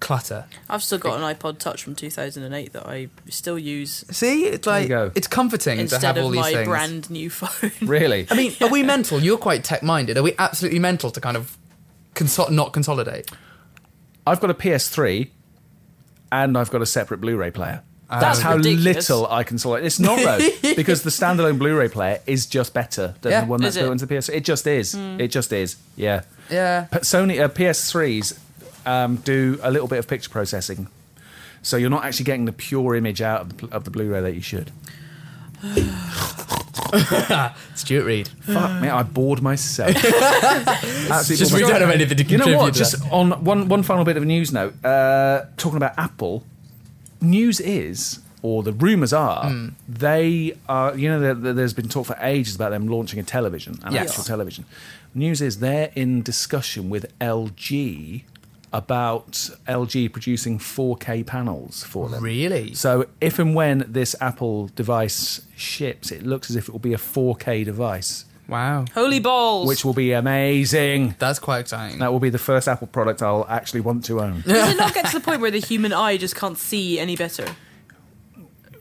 [SPEAKER 3] clutter.
[SPEAKER 2] I've still got an iPod Touch from 2008 that I still use
[SPEAKER 3] See, it's
[SPEAKER 1] you
[SPEAKER 3] like
[SPEAKER 1] go.
[SPEAKER 3] it's comforting to
[SPEAKER 2] instead
[SPEAKER 3] have all
[SPEAKER 2] of
[SPEAKER 3] these
[SPEAKER 2] my
[SPEAKER 3] things.
[SPEAKER 2] brand new phone.
[SPEAKER 1] Really.
[SPEAKER 3] I mean, are we mental? You're quite tech minded. Are we absolutely mental to kind of consol- not consolidate?
[SPEAKER 1] I've got a PS3 and I've got a separate Blu-ray player. That's
[SPEAKER 3] Ah,
[SPEAKER 2] That's
[SPEAKER 1] how
[SPEAKER 2] ridiculous.
[SPEAKER 1] little I can select. It's not though, because the standalone Blu-ray player is just better than
[SPEAKER 3] Yeah.
[SPEAKER 1] the one that's
[SPEAKER 2] Is it? Hmm.
[SPEAKER 1] built into the PS. It just is. It just is. Yeah.
[SPEAKER 3] Yeah.
[SPEAKER 1] P- Sony uh, PS3s um, do a little bit of picture processing, so you're not actually getting the pure image out of the, pl- of the Blu-ray that you should.
[SPEAKER 3] Stuart Reed.
[SPEAKER 1] Fuck me, I bored myself. Absolutely
[SPEAKER 3] Just
[SPEAKER 1] bored
[SPEAKER 3] we
[SPEAKER 1] myself.
[SPEAKER 3] don't have anything to
[SPEAKER 1] You know
[SPEAKER 3] contribute
[SPEAKER 1] what?
[SPEAKER 3] to
[SPEAKER 1] Just on one one final bit of news note. Uh, talking about Apple, news is, or the rumors are,
[SPEAKER 3] Hmm.
[SPEAKER 1] they are. You know, there, there- there's been talk for ages about them launching a television, an
[SPEAKER 3] Yes.
[SPEAKER 1] actual television. News is they're in discussion with LG about LG producing 4K panels for them.
[SPEAKER 3] Really?
[SPEAKER 1] So if and when this Apple device ships, it looks as if it will be a 4K device
[SPEAKER 3] Wow.
[SPEAKER 2] Holy balls!
[SPEAKER 1] which will be amazing.
[SPEAKER 3] That's quite exciting.
[SPEAKER 1] That will be the first Apple product I'll actually want to own.
[SPEAKER 2] Does it not get to the point where the human eye just can't see any better?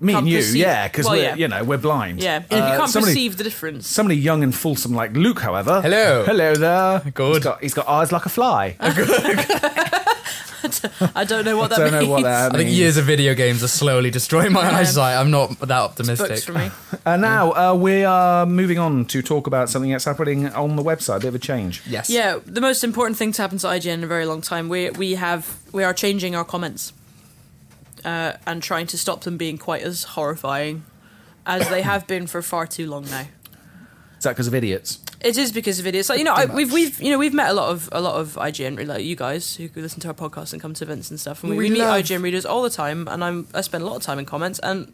[SPEAKER 1] Me and
[SPEAKER 2] Can't
[SPEAKER 1] you,
[SPEAKER 2] perceive-
[SPEAKER 1] yeah, because
[SPEAKER 2] well,
[SPEAKER 1] we're
[SPEAKER 2] yeah.
[SPEAKER 1] you know we're blind.
[SPEAKER 2] Yeah, and
[SPEAKER 1] Uh,
[SPEAKER 2] if you can't
[SPEAKER 1] somebody,
[SPEAKER 2] perceive the difference.
[SPEAKER 1] Somebody young and fulsome like Luke, however.
[SPEAKER 3] Hello.
[SPEAKER 1] hello there.
[SPEAKER 3] Good.
[SPEAKER 1] He's got, he's got eyes like a fly. I
[SPEAKER 2] I don't know what that
[SPEAKER 1] don't
[SPEAKER 2] means.
[SPEAKER 1] know what that
[SPEAKER 3] I think
[SPEAKER 1] means.
[SPEAKER 3] years of video games are slowly destroying my eyesight. I'm not that optimistic.
[SPEAKER 2] Books for me.
[SPEAKER 1] And now uh, we are moving on to talk about something that's happening on the website. A bit of a change.
[SPEAKER 3] Yes.
[SPEAKER 2] Yeah, the most important thing to happen to IGN in a very long time. We we have we are changing our comments, uh, and trying to stop them being quite as horrifying as they have been for far too long now.
[SPEAKER 1] Is that because of idiots?
[SPEAKER 2] It is because of idiots. Like you know, I, we've we've you know we've met a lot of a lot of IGN re- like you guys who listen to our podcast and come to events and stuff, and we,
[SPEAKER 3] We
[SPEAKER 2] we meet
[SPEAKER 3] love-
[SPEAKER 2] IGN readers all the time. And I'm I spend a lot of time in comments, and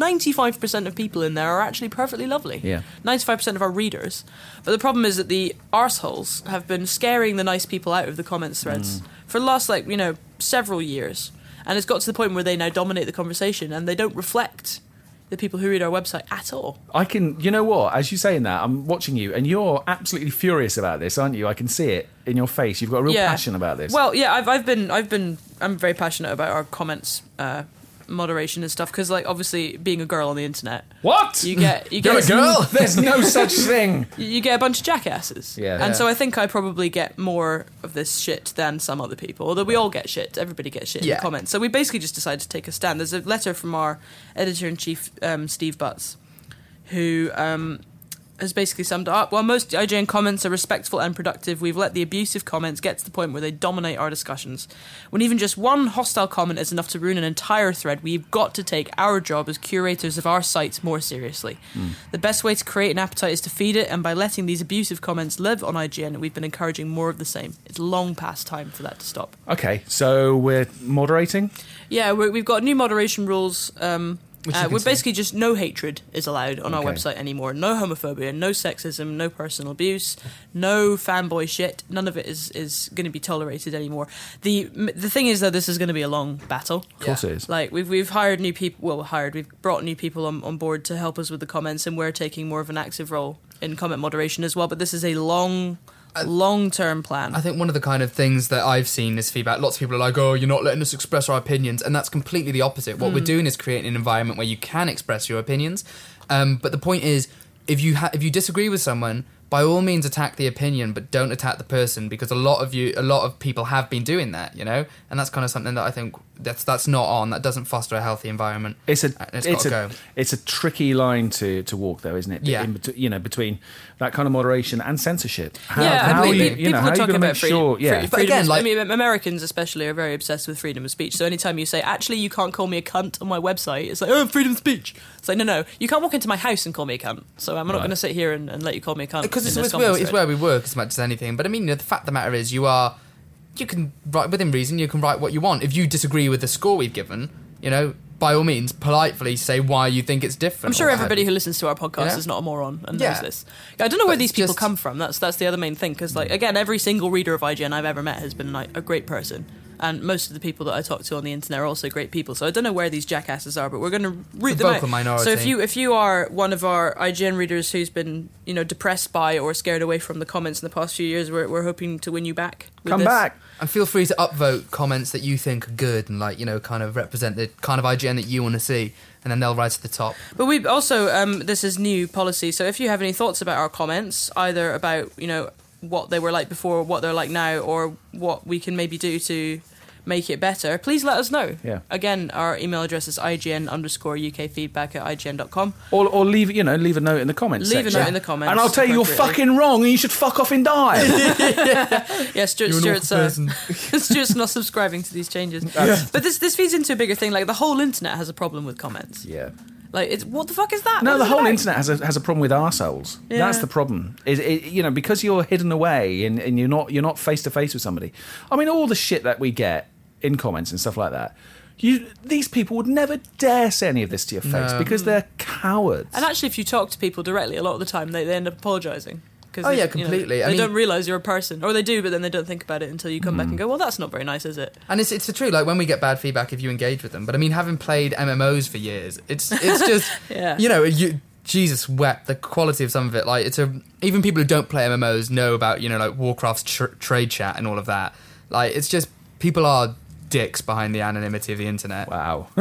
[SPEAKER 2] 95% of people in there are actually perfectly lovely.
[SPEAKER 1] Yeah.
[SPEAKER 2] 95% of our readers. But the problem is that the arseholes have been scaring the nice people out of the comments threads for the last like you know several years, and it's got to the point where they now dominate the conversation and they don't reflect the people who read our website at all.
[SPEAKER 1] I can. You know what? As you saying that, I'm watching you, and you're absolutely furious about this, aren't you? I can see it in your face. You've got a real passion about this.
[SPEAKER 2] Well, yeah, I've, I've been, I've been, I'm very passionate about our comments, uh, moderation and stuff because, like, obviously, being a girl on the internet,
[SPEAKER 1] what?
[SPEAKER 2] you get, you
[SPEAKER 3] You're
[SPEAKER 2] get,
[SPEAKER 3] a girl?
[SPEAKER 1] There's no such thing.
[SPEAKER 2] you get a bunch of jackasses.
[SPEAKER 1] Yeah.
[SPEAKER 2] And
[SPEAKER 1] Yeah.
[SPEAKER 2] so I think I probably get more of this shit than some other people. Although we all get shit, everybody gets shit in
[SPEAKER 3] Yeah.
[SPEAKER 2] the comments. So we basically just decided to take a stand. There's a letter from our editor in chief, um, Steve Butts, who um, has basically summed it up. While most IGN comments are respectful and productive, we've let the abusive comments get to the point where they dominate our discussions. When even just one hostile comment is enough to ruin an entire thread, we've got to take our job as curators of our sites more seriously. The best way to create an appetite is to feed it, and by letting these abusive comments live on IGN, we've been encouraging more of the same. It's long past time for that to stop.
[SPEAKER 1] Okay, so we're moderating.
[SPEAKER 2] Yeah, we we've got new moderation rules. Um,
[SPEAKER 3] Which you
[SPEAKER 2] uh,
[SPEAKER 3] can
[SPEAKER 2] we're
[SPEAKER 3] see.
[SPEAKER 2] basically just no hatred is allowed on our
[SPEAKER 1] Okay.
[SPEAKER 2] website anymore. No homophobia, no sexism, no personal abuse, no fanboy shit. None of it is, is going to be tolerated anymore. The m- the thing is though, this is going to be a long battle.
[SPEAKER 1] Of course it is.
[SPEAKER 2] Like we've we've hired new people. Well, hired. We've brought new people on, on board to help us with the comments, and we're taking more of an active role in comment moderation as well. But this is a long, long term plan.
[SPEAKER 3] I think one of the kind of things that I've seen is feedback. Lots of people are like, "Oh, you're not letting us express our opinions," and that's completely the opposite. What we're doing is creating an environment where you can express your opinions. Um, but the point is, if you ha- if you disagree with someone, by all means attack the opinion, but don't attack the person because a lot of you, a lot of people have been doing that, you know. And that's kind of something that I think that's that's not on. That doesn't foster a healthy environment.
[SPEAKER 1] It's a
[SPEAKER 3] And
[SPEAKER 1] it's,
[SPEAKER 3] Uh, gotta
[SPEAKER 1] a it's a tricky line to, to walk though, isn't it?
[SPEAKER 3] Yeah.
[SPEAKER 1] In bet- you know between that kind of moderation and censorship. How,
[SPEAKER 2] yeah,
[SPEAKER 1] how
[SPEAKER 2] I
[SPEAKER 1] are
[SPEAKER 2] mean,
[SPEAKER 1] you,
[SPEAKER 2] pe-
[SPEAKER 1] you know,
[SPEAKER 2] people
[SPEAKER 1] how
[SPEAKER 2] are
[SPEAKER 1] are you going
[SPEAKER 2] talking
[SPEAKER 1] to make
[SPEAKER 2] about freedom,
[SPEAKER 1] sure? Yeah,
[SPEAKER 2] free-
[SPEAKER 3] But
[SPEAKER 2] freedom
[SPEAKER 3] again,
[SPEAKER 2] of-
[SPEAKER 3] like-
[SPEAKER 2] I mean, Am- Americans especially are very obsessed with freedom of speech. So anytime you say, "Actually, you can't call me a cunt" on my website, it's like, "Oh, freedom of speech." It's like, no, no, you can't walk into my house and call me a cunt. So I'm not
[SPEAKER 1] Right.
[SPEAKER 2] going to sit here and, and let you call me a cunt
[SPEAKER 3] because
[SPEAKER 2] in
[SPEAKER 3] it's,
[SPEAKER 2] this
[SPEAKER 3] it's, where,
[SPEAKER 2] conference
[SPEAKER 3] it's
[SPEAKER 2] thread.
[SPEAKER 3] where we work as much as anything. But I mean, you know, the fact of the matter is, you are you can write within reason. You can write what you want. If you disagree with the score we've given, you know, by all means, politely say why you think it's different.
[SPEAKER 2] I'm sure
[SPEAKER 3] or what have
[SPEAKER 2] everybody
[SPEAKER 3] you.
[SPEAKER 2] who listens to our podcast
[SPEAKER 3] Yeah.
[SPEAKER 2] is not a moron and
[SPEAKER 3] Yeah.
[SPEAKER 2] knows this. I don't know where
[SPEAKER 3] But
[SPEAKER 2] these
[SPEAKER 3] it's
[SPEAKER 2] people
[SPEAKER 3] just-
[SPEAKER 2] come from. That's that's the other main thing. Because like again, every single reader of IGN I've ever met has been like a great person, and most of the people that I talk to on the internet are also great people. So I don't know where these jackasses are, but we're going to root
[SPEAKER 3] The
[SPEAKER 2] them out.
[SPEAKER 3] vocal minority.
[SPEAKER 2] So if you if you are one of our IGN readers who's been you know depressed by or scared away from the comments in the past few years, we're, we're hoping to win you back. with
[SPEAKER 1] come
[SPEAKER 2] this.
[SPEAKER 1] back.
[SPEAKER 3] And feel free to upvote comments that you think are good and like you know, kind of represent the kind of IGN that you want to see, and then they'll rise to the top.
[SPEAKER 2] But we also um, this is new policy. So if you have any thoughts about our comments, either about you know what they were like before, what they're like now, or what we can maybe do to make it better, please let us know.
[SPEAKER 1] Yeah.
[SPEAKER 2] Again, our email address is ign underscore uk feedback at ign.com.
[SPEAKER 1] Or, or leave you know leave a note in the comments.
[SPEAKER 2] Leave a
[SPEAKER 1] section.
[SPEAKER 2] note in the comments,
[SPEAKER 1] and I'll tell you you're
[SPEAKER 2] appropriately.
[SPEAKER 1] fucking wrong, and you should fuck off and die.
[SPEAKER 2] Yeah, Stuart,
[SPEAKER 3] You're an
[SPEAKER 2] Stuart's,
[SPEAKER 3] awful
[SPEAKER 2] uh,
[SPEAKER 3] person.
[SPEAKER 2] Stuart's not subscribing to these changes. But this this feeds into a bigger thing. Like the whole internet has a problem with comments.
[SPEAKER 1] yeah.
[SPEAKER 2] Like it's what the fuck is that? What
[SPEAKER 1] No,
[SPEAKER 2] is
[SPEAKER 1] the
[SPEAKER 2] it
[SPEAKER 1] whole
[SPEAKER 2] about?
[SPEAKER 1] internet has a, has a problem with arseholes. That's
[SPEAKER 2] Yeah.
[SPEAKER 1] the problem. Is it, you know because you're hidden away and, and you're not you're not face to face with somebody. I mean, all the shit that we get in comments and stuff like that. You, these people would never dare say any of this to your face
[SPEAKER 3] No.
[SPEAKER 1] because they're cowards.
[SPEAKER 2] And actually, if you talk to people directly, a lot of the time they, they end up apologising. 'cause
[SPEAKER 3] Oh,
[SPEAKER 2] they-
[SPEAKER 3] yeah,
[SPEAKER 2] you know,
[SPEAKER 3] completely. I
[SPEAKER 2] they
[SPEAKER 3] mean- Mm.
[SPEAKER 2] don't realise you're a person, or they do, but then they don't think about it until you come back and go, "Well, that's not very nice, is it?"
[SPEAKER 3] And it's it's the truth. Like when we get bad feedback, if you engage with them, but I mean, having played MMOs for years, it's it's just
[SPEAKER 2] Yeah.
[SPEAKER 3] you know you. Jesus wept the quality of some of it. Like it's a even people who don't play MMOs know about you know like Warcraft's tr- trade chat and all of that. Like it's just people are dicks behind the anonymity of the internet.
[SPEAKER 1] wow.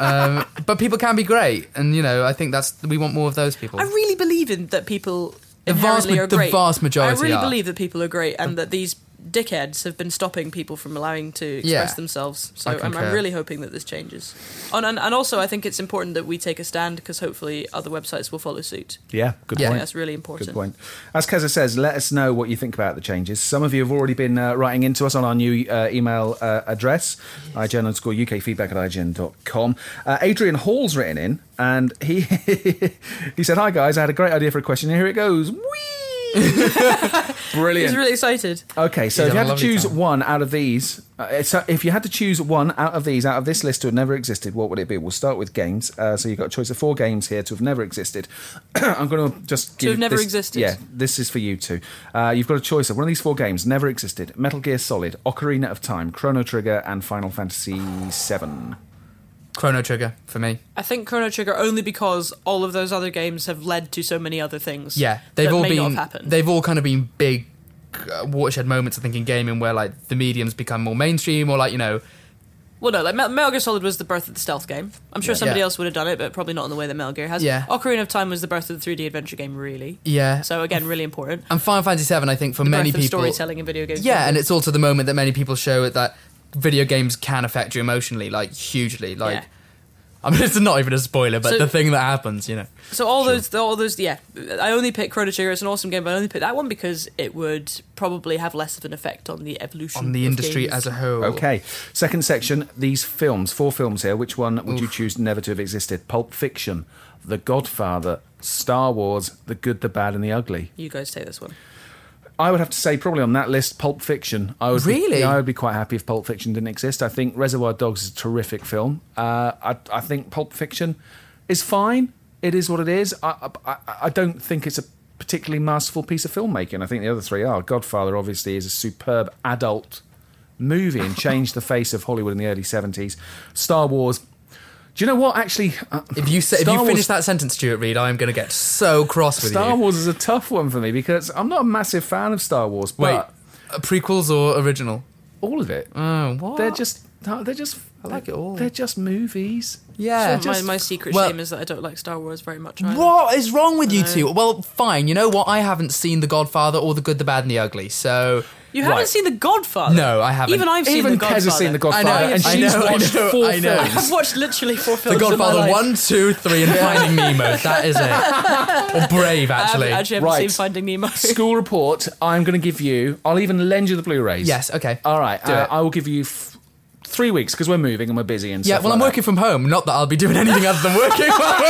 [SPEAKER 3] Um, but people can be great, and you know I think that's we want more of those people.
[SPEAKER 2] I really believe in that people
[SPEAKER 3] The vast
[SPEAKER 2] inherently
[SPEAKER 3] ma-
[SPEAKER 2] are
[SPEAKER 3] the
[SPEAKER 2] great.
[SPEAKER 3] vast majority
[SPEAKER 2] I really
[SPEAKER 3] are.
[SPEAKER 2] believe that people are great, and that these dickheads have been stopping people from allowing to express
[SPEAKER 3] Yeah.
[SPEAKER 2] themselves. So
[SPEAKER 3] I
[SPEAKER 2] I'm, I'm
[SPEAKER 3] concur.
[SPEAKER 2] really hoping that this changes. And, and, and also, I think it's important that we take a stand because hopefully other websites will follow suit.
[SPEAKER 1] Yeah, good
[SPEAKER 3] Yeah.
[SPEAKER 1] point.
[SPEAKER 2] That's really
[SPEAKER 1] Good
[SPEAKER 2] important.
[SPEAKER 1] point. As Keza says, let us know what you think about the changes. Some of you have already been uh, writing into us on our new uh, email uh, address, ign underscore UK feedback at ign.com. Uh, Adrian Hall's written in and he he said, Hi guys, I had a great idea for a question. Here it goes. Whee! Brilliant.
[SPEAKER 2] He's really excited.
[SPEAKER 1] Okay, so
[SPEAKER 3] He's
[SPEAKER 1] if you had
[SPEAKER 3] on a
[SPEAKER 1] to
[SPEAKER 3] lovely
[SPEAKER 1] choose
[SPEAKER 3] time.
[SPEAKER 1] one out of these, uh, so if you had to choose one out of these, out of this list to have never existed, what would it be? We'll start with games. Uh, so you've got a choice of four games here to have never existed. I'm going to just give
[SPEAKER 2] have never
[SPEAKER 1] this-
[SPEAKER 2] existed.
[SPEAKER 1] Yeah, this is for you two. Uh, you've got a choice of one of these four games never existed: Metal Gear Solid, Ocarina of Time, Chrono Trigger, and Final Fantasy VII.
[SPEAKER 3] Chrono Trigger for me.
[SPEAKER 2] I think Chrono Trigger only because all of those other games have led to so many other things.
[SPEAKER 3] Yeah, they've
[SPEAKER 2] that
[SPEAKER 3] all
[SPEAKER 2] may
[SPEAKER 3] been
[SPEAKER 2] not have happened.
[SPEAKER 3] they've all kind of been big uh, watershed moments. I think in gaming where like the medium's become more mainstream, or like you know
[SPEAKER 2] well, no, like Metal Metal Gear Solid was the birth of the stealth game. I'm sure somebody
[SPEAKER 3] Yeah.
[SPEAKER 2] else would have done it, but probably not in the way that Metal Gear has.
[SPEAKER 3] Yeah.
[SPEAKER 2] Ocarina of Time was the birth of the 3D adventure game, really.
[SPEAKER 3] yeah.
[SPEAKER 2] So again, really important.
[SPEAKER 3] And Final Fantasy VII, I think, for many
[SPEAKER 2] birth of
[SPEAKER 3] people,
[SPEAKER 2] storytelling in video games.
[SPEAKER 3] yeah, and it's also the moment that many people show it that video games can affect you emotionally, like hugely. Like,
[SPEAKER 2] Yeah.
[SPEAKER 3] I mean, it's not even a spoiler, but
[SPEAKER 2] So-
[SPEAKER 3] the thing that happens, you know.
[SPEAKER 2] So all those, all those, yeah. I only picked Chrono Trigger. It's an awesome game, but I only picked that one because it would probably have less of an effect on the evolution
[SPEAKER 3] On the
[SPEAKER 2] of
[SPEAKER 3] industry
[SPEAKER 2] games.
[SPEAKER 3] as a whole.
[SPEAKER 1] Okay. Second section, these films, four films here. Which one would you choose never to have existed? Pulp Fiction, The Godfather, Star Wars, The Good, the Bad, and the Ugly.
[SPEAKER 2] You guys take this one.
[SPEAKER 1] I would have to say, probably on that list, Pulp Fiction. I would be-
[SPEAKER 3] Really?
[SPEAKER 1] yeah, I would be quite happy if Pulp Fiction didn't exist. I think Reservoir Dogs is a terrific film. Uh, I, I think Pulp Fiction is fine. It is what it is. I, I, I don't think it's a particularly masterful piece of filmmaking. I think the other three are. Godfather obviously is a superb adult movie and changed the face of Hollywood in the early seventies. Star Wars. Do you know what? Actually, uh,
[SPEAKER 3] If you say, if
[SPEAKER 1] Star
[SPEAKER 3] you
[SPEAKER 1] Wars-
[SPEAKER 3] finish that sentence, Stuart Reed, I am going to get so cross with
[SPEAKER 1] Star
[SPEAKER 3] you.
[SPEAKER 1] Wars is a tough one for me because I'm not a massive fan of Star Wars.
[SPEAKER 3] Wait,
[SPEAKER 1] But
[SPEAKER 3] uh, prequels or original?
[SPEAKER 1] all of it.
[SPEAKER 3] Oh, what?
[SPEAKER 1] They're just no, they're just I
[SPEAKER 3] like it all.
[SPEAKER 1] They're just movies.
[SPEAKER 3] yeah.
[SPEAKER 2] So my, my secret
[SPEAKER 3] well-
[SPEAKER 2] shame is that I don't like Star Wars very much. Either.
[SPEAKER 3] What is wrong with you two? Well, fine. You know what? I haven't seen The Godfather or The Good, the Bad, and the Ugly. So
[SPEAKER 2] You haven't
[SPEAKER 1] Right.
[SPEAKER 2] seen The Godfather?
[SPEAKER 3] No, I haven't.
[SPEAKER 2] Even I've seen
[SPEAKER 1] Even
[SPEAKER 2] The
[SPEAKER 1] Kez
[SPEAKER 2] Godfather.
[SPEAKER 1] has seen The Godfather,
[SPEAKER 3] I know,
[SPEAKER 1] and
[SPEAKER 3] I
[SPEAKER 1] she's
[SPEAKER 3] know, I
[SPEAKER 1] watched
[SPEAKER 3] know,
[SPEAKER 1] four
[SPEAKER 3] I know.
[SPEAKER 1] films.
[SPEAKER 2] I've watched literally four films.
[SPEAKER 3] The
[SPEAKER 2] in my
[SPEAKER 3] Godfather
[SPEAKER 2] life.
[SPEAKER 3] one, two, three, and Finding Nemo. That is it. Or Brave,
[SPEAKER 2] I haven't-
[SPEAKER 3] Um, actually.
[SPEAKER 2] actually haven't
[SPEAKER 1] Right.
[SPEAKER 2] seen Finding Nemo.
[SPEAKER 1] School report. I'm going to give you. I'll even lend you the Blu-rays.
[SPEAKER 3] Yes, okay.
[SPEAKER 1] All right.
[SPEAKER 3] Do
[SPEAKER 1] uh,
[SPEAKER 3] it.
[SPEAKER 1] I will give you f- three weeks because we're moving and we're busy and
[SPEAKER 3] Yeah,
[SPEAKER 1] stuff
[SPEAKER 3] well, I'm
[SPEAKER 1] like
[SPEAKER 3] working from home. Not that I'll be doing anything other than working. while working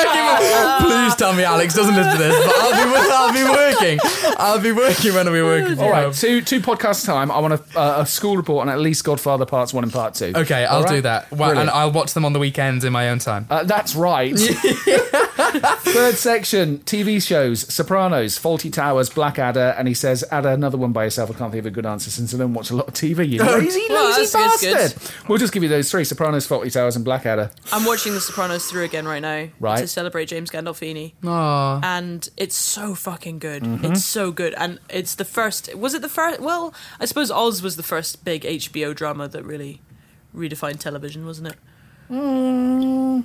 [SPEAKER 3] from- Please tell me Alex doesn't listen to this, but I'll be, wo- I'll be working. I'll be working when I'll be working from
[SPEAKER 1] That. All
[SPEAKER 3] home.
[SPEAKER 1] right. Two two podcasts time. I want a, uh, a school report on at least Godfather parts one and part two.
[SPEAKER 3] Okay, I'll
[SPEAKER 1] All right?
[SPEAKER 3] do that. Well, and
[SPEAKER 1] Brilliant.
[SPEAKER 3] I'll watch them on the weekends in my own time.
[SPEAKER 1] Uh, that's right. Third section TV shows Sopranos, Faulty Towers, Blackadder. And he says, add another one by yourself. I can't think of a good answer since I don't watch a lot of TV. You lazy,
[SPEAKER 2] Well,
[SPEAKER 1] lazy
[SPEAKER 2] that's good,
[SPEAKER 1] bastard. We'll just give you those three Sopranos, Faulty Towers, and Blackadder.
[SPEAKER 2] I'm watching The Sopranos through again right now
[SPEAKER 1] Right.
[SPEAKER 2] to celebrate James Gandolfini,
[SPEAKER 3] Aw.
[SPEAKER 2] and it's so fucking good.
[SPEAKER 1] Mm-hmm.
[SPEAKER 2] It's so good, and it's the first. Was it the first? Well, I suppose Oz was the first big HBO drama that really redefined television, wasn't it? Wasn't
[SPEAKER 1] Mm.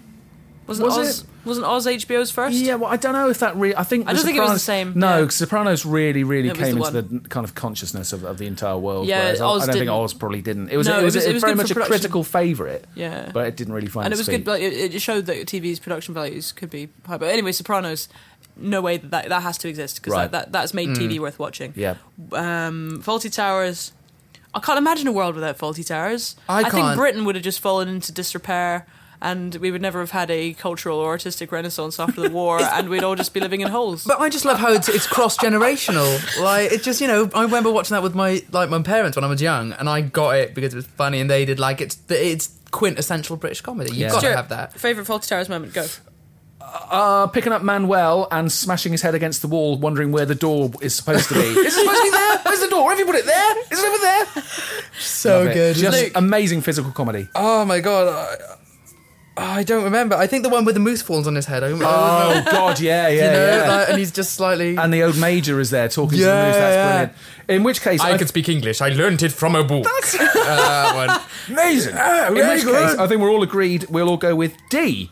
[SPEAKER 1] was
[SPEAKER 2] Oz?
[SPEAKER 1] it?
[SPEAKER 2] Wasn't Oz HBO's first?
[SPEAKER 1] Yeah, well, I don't know if that really. I think
[SPEAKER 2] I
[SPEAKER 1] the
[SPEAKER 2] don't think it was the
[SPEAKER 1] Sopranos-
[SPEAKER 2] same,
[SPEAKER 1] No,
[SPEAKER 2] yeah.
[SPEAKER 1] Sopranos really, really
[SPEAKER 2] It was
[SPEAKER 1] came
[SPEAKER 2] the
[SPEAKER 1] into the kind of consciousness of, of the entire world.
[SPEAKER 2] Yeah,
[SPEAKER 1] whereas I-
[SPEAKER 2] Oz
[SPEAKER 1] I don't think
[SPEAKER 2] didn't-
[SPEAKER 1] Oz probably didn't. It was,
[SPEAKER 2] No,
[SPEAKER 1] it was,
[SPEAKER 2] it was- it was
[SPEAKER 1] very
[SPEAKER 2] good for
[SPEAKER 1] much a
[SPEAKER 2] production.
[SPEAKER 1] critical favourite.
[SPEAKER 2] Yeah.
[SPEAKER 1] but it didn't really find.
[SPEAKER 2] and it
[SPEAKER 1] its
[SPEAKER 2] was
[SPEAKER 1] feet.
[SPEAKER 2] good. Like, it it showed that TV's production values could be high. But anyway, Sopranos. No way that that, that has to exist because
[SPEAKER 1] Right.
[SPEAKER 2] that, that that's made TV worth watching.
[SPEAKER 1] Yeah.
[SPEAKER 2] Um, Faulty Towers. I can't imagine a world without Faulty Towers.
[SPEAKER 3] I
[SPEAKER 2] think
[SPEAKER 3] can't.
[SPEAKER 2] Britain would have just fallen into disrepair. And we would never have had a cultural or artistic renaissance after the war, and we'd all just be living in holes.
[SPEAKER 3] But I just love how it's, it's cross generational. Like it's just you know I remember watching that with my like my parents when I was young, and I got it because it was funny, and they did like it's it's quintessential British comedy. You've
[SPEAKER 1] Yeah.
[SPEAKER 3] got
[SPEAKER 1] Stuart.
[SPEAKER 3] to have that.
[SPEAKER 2] Favorite Faulty Towers moment? Go.
[SPEAKER 1] uh, picking up Manuel and smashing his head against the wall, wondering where the door is supposed to be. is it supposed to be there? Where's the door? Have you put it there? Is it over there?
[SPEAKER 3] So
[SPEAKER 1] Love it.
[SPEAKER 3] good.
[SPEAKER 1] Just
[SPEAKER 3] Luke.
[SPEAKER 1] amazing physical comedy.
[SPEAKER 3] oh my god. I, I don't remember. I think the one where the moose falls on his head. I don't remember.
[SPEAKER 1] Oh God, yeah, yeah,
[SPEAKER 3] you know,
[SPEAKER 1] yeah.
[SPEAKER 3] like, and he's just slightly.
[SPEAKER 1] and the old major is there talking to the
[SPEAKER 3] Yeah,
[SPEAKER 1] news. That's
[SPEAKER 3] yeah.
[SPEAKER 1] brilliant. In which case, I,
[SPEAKER 3] speak English. I learnt it from a book. uh,
[SPEAKER 1] amazing. In
[SPEAKER 3] very
[SPEAKER 1] which
[SPEAKER 3] good.
[SPEAKER 1] case, I think we're all agreed. We'll all go with D